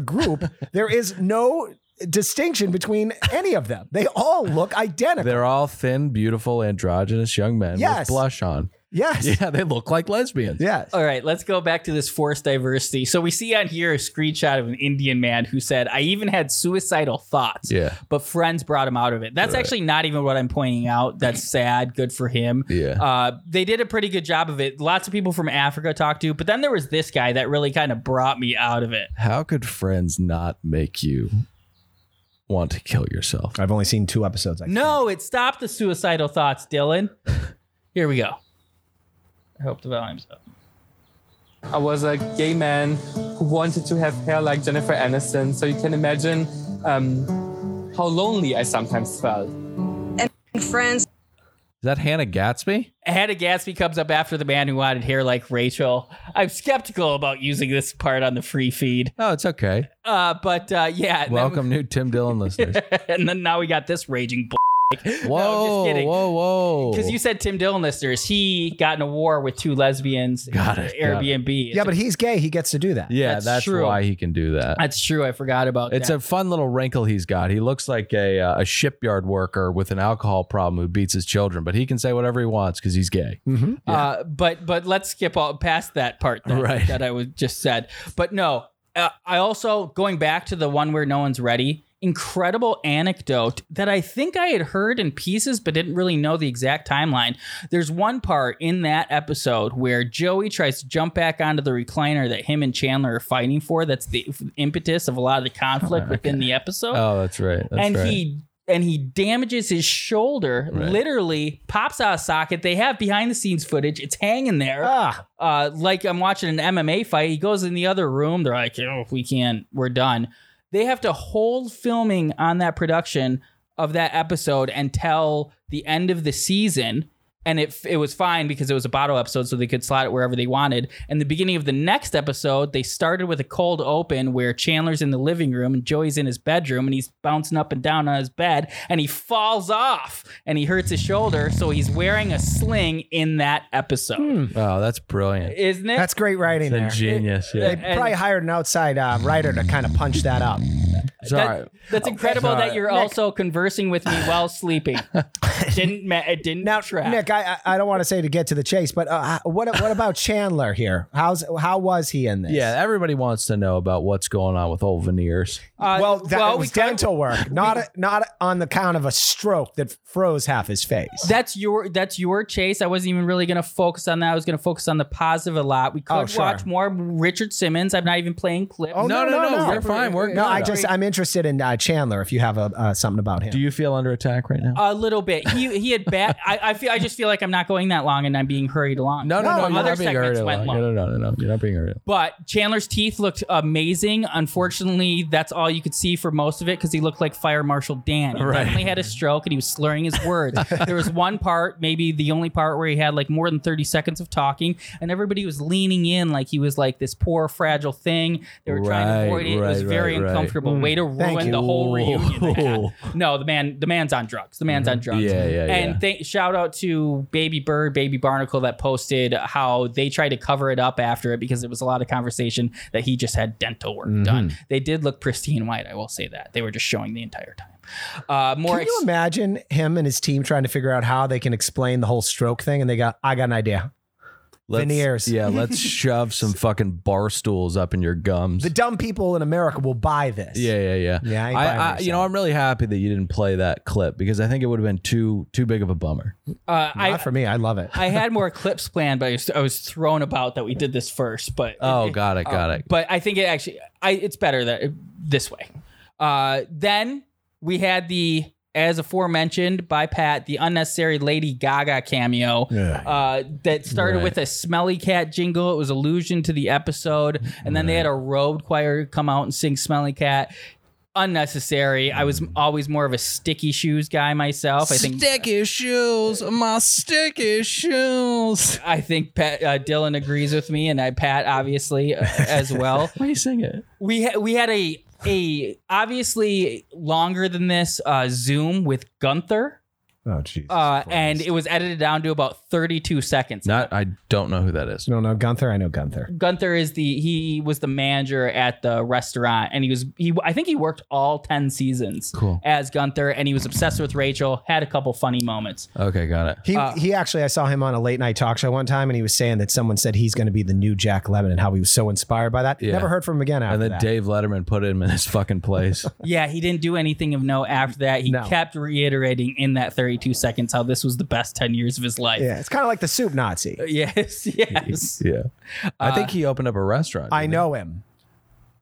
Speaker 2: group. there is no distinction between any of them. They all look identical.
Speaker 1: They're all thin, beautiful, androgynous young men
Speaker 2: Yes.
Speaker 1: with blush on.
Speaker 2: yes.
Speaker 1: Yeah, they look like lesbians.
Speaker 2: Yes.
Speaker 3: All right, let's go back to this forced diversity. So we see on here a screenshot of an Indian man who said, "I even had suicidal thoughts."
Speaker 1: Yeah.
Speaker 3: But friends brought him out of it. That's actually not even what I'm pointing out. That's sad. Good for him.
Speaker 1: Yeah.
Speaker 3: Uh, they did a pretty good job of it. Lots of people from Africa talked to, but then there was this guy that really kind of brought me out of it.
Speaker 1: How could friends not make you want to kill yourself?
Speaker 2: I've only seen two episodes. I
Speaker 3: No, it stopped the suicidal thoughts, Dylan. Here we go. I hope the volume's up.
Speaker 9: I was a gay man who wanted to have hair like Jennifer Aniston, so you can imagine um, how lonely I sometimes felt.
Speaker 10: friends.
Speaker 1: that Hannah Gatsby?
Speaker 3: Hannah Gatsby comes up after the man who wanted hair like Rachel. I'm skeptical about using this part on the free feed,
Speaker 1: Oh, it's okay.
Speaker 3: uh, but uh, yeah. and then-
Speaker 1: Welcome, new Tim Dillon listeners.
Speaker 3: and then now we got this raging bull.
Speaker 1: Whoa,
Speaker 3: kidding.
Speaker 1: whoa, whoa!
Speaker 3: Because you said Tim Dillon listeners, he got in a war with two lesbians.
Speaker 1: Got
Speaker 3: in
Speaker 1: it, got it.
Speaker 3: Airbnb.
Speaker 2: Yeah, but he's gay. He gets to do that.
Speaker 1: yeah,
Speaker 3: that's
Speaker 1: that's,
Speaker 3: true.
Speaker 1: why he can do that.
Speaker 3: that's true. I forgot about
Speaker 1: It's
Speaker 3: that.
Speaker 1: a fun little wrinkle he's got. He looks like a uh, a shipyard worker with an alcohol problem who beats his children, but he can say whatever he wants because he's gay.
Speaker 3: Uh, but but let's skip all past that part that,
Speaker 1: Right.
Speaker 3: that I was just said. But no, uh, I also going back to the one where no one's ready. Incredible anecdote that I think I had heard in pieces, but didn't really know the exact timeline. There's one part in that episode where Joey tries to jump back onto the recliner that him and Chandler are fighting for. That's the impetus of a lot of the conflict within the episode
Speaker 1: Oh, that's right. That's
Speaker 3: and
Speaker 1: right.
Speaker 3: he and he damages his shoulder
Speaker 1: Right.
Speaker 3: literally pops out of socket they have behind the scenes footage it's hanging there
Speaker 2: Ah,
Speaker 3: uh, like i'm watching an mma fight he goes in the other room they're like oh, we can't we're done they have to hold filming on that production of that episode until the end of the season and it, it was fine because it was a bottle episode so they could slot it wherever they wanted and the beginning of the next episode they started with a cold open where chandler's in the living room and joey's in his bedroom and he's bouncing up and down on his bed and he falls off and he hurts his shoulder so he's wearing a sling in that episode
Speaker 1: oh, that's brilliant.
Speaker 3: isn't it
Speaker 2: Hmm. that's great writing there.
Speaker 1: Ingenious.
Speaker 2: They
Speaker 1: Yeah.
Speaker 3: and-
Speaker 2: probably hired an outside uh, writer to kind of punch that up.
Speaker 1: Sorry.
Speaker 3: That- that's incredible
Speaker 1: Sorry.
Speaker 3: that you're
Speaker 2: Nick.
Speaker 3: also conversing with me while sleeping. didn't ma- it didn't
Speaker 2: Now,
Speaker 3: track.
Speaker 2: Nick, I I I don't want to say to get to the chase, but uh, what what about Chandler here? How's how was he in this?
Speaker 1: yeah, everybody wants to know about what's going on with old veneers.
Speaker 3: Uh,
Speaker 2: well, that
Speaker 3: well,
Speaker 2: was
Speaker 3: we cut-
Speaker 2: dental work, not a, not on the count of a stroke that froze half his face.
Speaker 3: that's your that's your chase. I wasn't even really gonna focus on that. I was gonna focus on the positive a lot. We could
Speaker 2: Oh, sure.
Speaker 3: watch more Richard Simmons. I'm not even playing clips.
Speaker 2: Oh,
Speaker 1: no,
Speaker 2: no,
Speaker 1: no,
Speaker 2: no, no.
Speaker 1: We're fine. We're
Speaker 2: no,
Speaker 1: good.
Speaker 2: I just I'm interested in uh, Chandler. If you have a uh, something about him,
Speaker 1: Do you feel under attack right now?
Speaker 3: A little bit. He he had bad. I, I feel. I just feel like I'm not going that long, and I'm being hurried along.
Speaker 1: no, no, no.
Speaker 2: no,
Speaker 1: You're
Speaker 3: other
Speaker 1: not being
Speaker 3: segments
Speaker 1: hurt.
Speaker 3: went
Speaker 1: No,
Speaker 3: long.
Speaker 1: no, no, no, no. You're not being hurt.
Speaker 3: But Chandler's teeth looked amazing. Unfortunately, that's all you could see for most of it because he looked like Fire Marshal Dan. He
Speaker 1: Right.
Speaker 3: definitely had a stroke and he was slurring his words. there was one part, maybe the only part, where he had like more than 30 seconds of talking and everybody was leaning in like he was like this poor, fragile thing. They were trying to
Speaker 1: Right,
Speaker 3: avoid it. it was
Speaker 1: right,
Speaker 3: very
Speaker 1: right, right.
Speaker 3: uncomfortable. Way to
Speaker 2: Hmm. Thank
Speaker 3: ruin
Speaker 2: you.
Speaker 3: the whole reunion. they had.
Speaker 1: Ooh.
Speaker 3: No, the man, the man's on drugs. The man's on drugs.
Speaker 1: Mm-hmm. Yeah, yeah,
Speaker 3: And
Speaker 1: yeah.
Speaker 3: thank, shout out to Baby Bird, Baby Barnacle that posted how they tried to cover it up after it because there was a lot of conversation that he just had dental work
Speaker 1: Mm-hmm.
Speaker 3: done. They did look pristine white. I will say that they were just showing the entire time. Uh, more.
Speaker 2: Can you
Speaker 3: ex-
Speaker 2: imagine him and his team trying to figure out how they can explain the whole stroke thing? And they got, I got an idea.
Speaker 1: Let's-
Speaker 2: Veneers.
Speaker 1: Yeah, let's shove some fucking bar stools up in your gums.
Speaker 2: The dumb people in America will buy this.
Speaker 1: Yeah, yeah, yeah.
Speaker 2: Yeah, I ain't buying
Speaker 1: I, I
Speaker 2: what you're
Speaker 1: you know,
Speaker 2: saying.
Speaker 1: I'm really happy that you didn't play that clip because I think it would have been too too big of a bummer.
Speaker 3: uh,
Speaker 2: Not
Speaker 3: I
Speaker 2: for me. I love it.
Speaker 3: I had more clips planned, but I was, I was thrown about that we did this first. But
Speaker 1: Oh, got it, got it.
Speaker 3: But I think it actually, I it's better that this way. Uh, then we had the, as aforementioned by Pat, the unnecessary Lady Gaga cameo uh, that started
Speaker 1: Right.
Speaker 3: with a smelly cat jingle. It was allusion to the episode, and then they had a road choir come out and sing "Smelly Cat." Unnecessary. I was always more of a sticky shoes guy myself. I think
Speaker 1: sticky shoes, my sticky shoes.
Speaker 3: I think Pat uh, Dylan agrees with me, and I Pat obviously uh, as well.
Speaker 1: Why do you sing it?
Speaker 3: we ha- we had a a obviously longer than this uh, Zoom with Gunther,
Speaker 2: Oh, jeez.
Speaker 3: uh, and it was edited down to about thirty two seconds.
Speaker 1: Not, I don't know who that is.
Speaker 2: no, no, Gunther. I know Gunther.
Speaker 3: Gunther is the he was the manager at the restaurant, and he was he I think he worked all ten seasons
Speaker 1: Cool.
Speaker 3: as Gunther, and he was obsessed with Rachel. Had a couple funny moments.
Speaker 1: Okay, got it.
Speaker 2: He, he actually, I saw him on a late night talk show one time, and he was saying that someone said he's going to be the new Jack Lemmon, and how he was so inspired by that.
Speaker 1: Yeah.
Speaker 2: Never heard from him again after
Speaker 1: And then
Speaker 2: that.
Speaker 1: Dave Letterman put him in his fucking place.
Speaker 3: Yeah, he didn't do anything of note after that. He
Speaker 2: No.
Speaker 3: kept reiterating in that thirty two seconds how this was the best ten years of his life.
Speaker 2: yeah, it's kind of like the soup Nazi.
Speaker 3: Yes, yes.
Speaker 1: yeah, I think he opened up a restaurant.
Speaker 2: Uh, I
Speaker 1: didn't
Speaker 2: know him.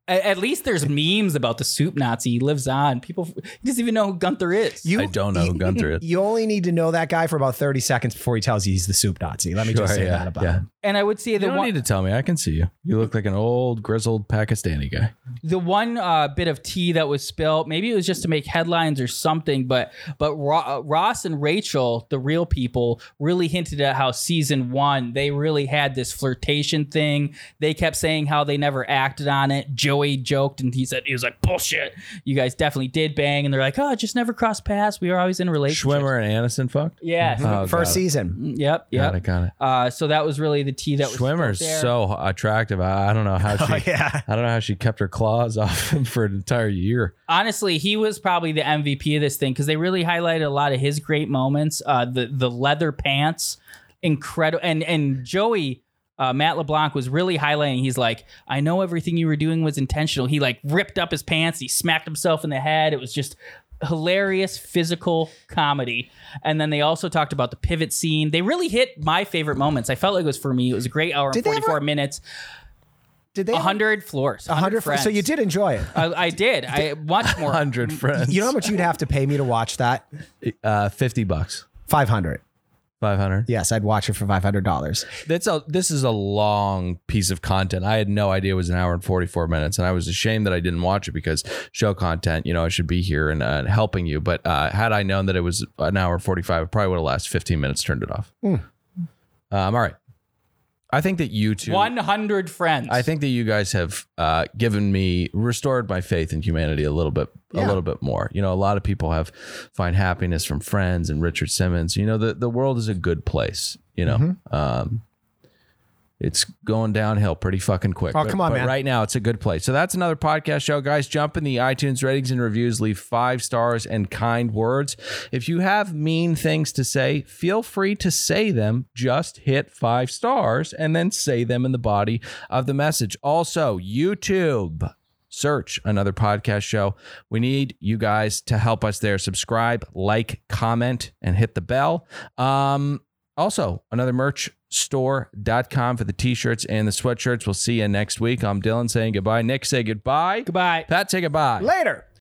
Speaker 3: A- At least there's memes about the soup Nazi. He lives on. People he doesn't even know who Gunther is.
Speaker 1: I don't know who Gunther is.
Speaker 2: You only need to know that guy for about 30 seconds before he tells you he's the soup Nazi. Let me just
Speaker 1: Sure,
Speaker 2: say
Speaker 1: yeah,
Speaker 2: that about
Speaker 1: yeah.
Speaker 2: him.
Speaker 3: And I would say
Speaker 1: You
Speaker 3: the
Speaker 1: don't
Speaker 3: one,
Speaker 1: need to tell me. I can see you. You look like an old grizzled Pakistani guy.
Speaker 3: the one uh, bit of tea that was spilt, maybe it was just to make headlines or something, but but Ro- uh, Ross and Rachel, the real people, really hinted at how season one they really had this flirtation thing. They kept saying how they never acted on it. Joey joked and he said he was like bullshit. You guys definitely did bang, and they're like, oh, it just never crossed paths. We were always in a relationship.
Speaker 1: Schwimmer and Aniston fucked.
Speaker 3: Yes.
Speaker 1: Oh,
Speaker 2: First
Speaker 1: got it.
Speaker 2: Mm-hmm. season.
Speaker 3: Yep.
Speaker 1: Got
Speaker 3: Yep.
Speaker 1: it. Got it.
Speaker 3: Uh, so that was really the tea that was spilt
Speaker 1: Schwimmer's
Speaker 3: there.
Speaker 1: so attractive. I, I don't know how she.
Speaker 2: yeah.
Speaker 1: I don't know how she kept her claws off him for an entire year.
Speaker 3: honestly, he was probably the MVP of this thing because they really highlighted a lot of his great moments. Uh, the the leather pants, incredible, and and Joey. Uh, Matt LeBlanc was really highlighting. He's like, I know everything you were doing was intentional. He like ripped up his pants. He smacked himself in the head. It was just hilarious physical comedy. And then they also talked about the pivot scene. They really hit my favorite moments. I felt like it was for me. It was a great hour
Speaker 2: Did
Speaker 3: and
Speaker 2: they ever-
Speaker 3: 44 minutes.
Speaker 2: Did they?
Speaker 3: 100 floors.
Speaker 2: 100
Speaker 3: 100,
Speaker 2: fr-
Speaker 3: friends.
Speaker 2: So you did enjoy it.
Speaker 3: I, I did. I much more.
Speaker 1: Hundred friends.
Speaker 2: You know how much you'd have to pay me to watch that?
Speaker 1: uh, fifty bucks,
Speaker 2: 500.
Speaker 1: five hundred.
Speaker 2: Yes, I'd watch it for $500.
Speaker 1: That's a. This is a long piece of content. I had no idea it was an hour and forty four minutes, and I was ashamed that I didn't watch it because show content. You know, I should be here and uh, helping you. But uh, had I known that it was an hour forty five, it probably would have last fifteen minutes. Turned it off. Um, all right. I think that you two.
Speaker 3: 100 friends.
Speaker 1: I think that you guys have uh, given me restored my faith in humanity a little bit, a
Speaker 2: Yeah.
Speaker 1: little bit more. You know, a lot of people have find happiness from friends and Richard Simmons. You know, the the world is a good place. You know, um, it's going downhill pretty fucking quick.
Speaker 2: Oh,
Speaker 1: But-
Speaker 2: come on,
Speaker 1: but
Speaker 2: man.
Speaker 1: Right now, it's a good place. So that's another podcast show, guys. Jump in the iTunes ratings and reviews. Leave five stars and kind words. If you have mean things to say, feel free to say them. Just hit five stars and then say them in the body of the message. Also, YouTube. Search another podcast show. We need you guys to help us there. Subscribe, like, comment, and hit the bell. Um, also, another merch store.com for the t shirts and the sweatshirts. We'll see you next week. I'm Dylan saying goodbye. Nick, say goodbye.
Speaker 3: Goodbye.
Speaker 1: Pat, say goodbye.
Speaker 2: Later.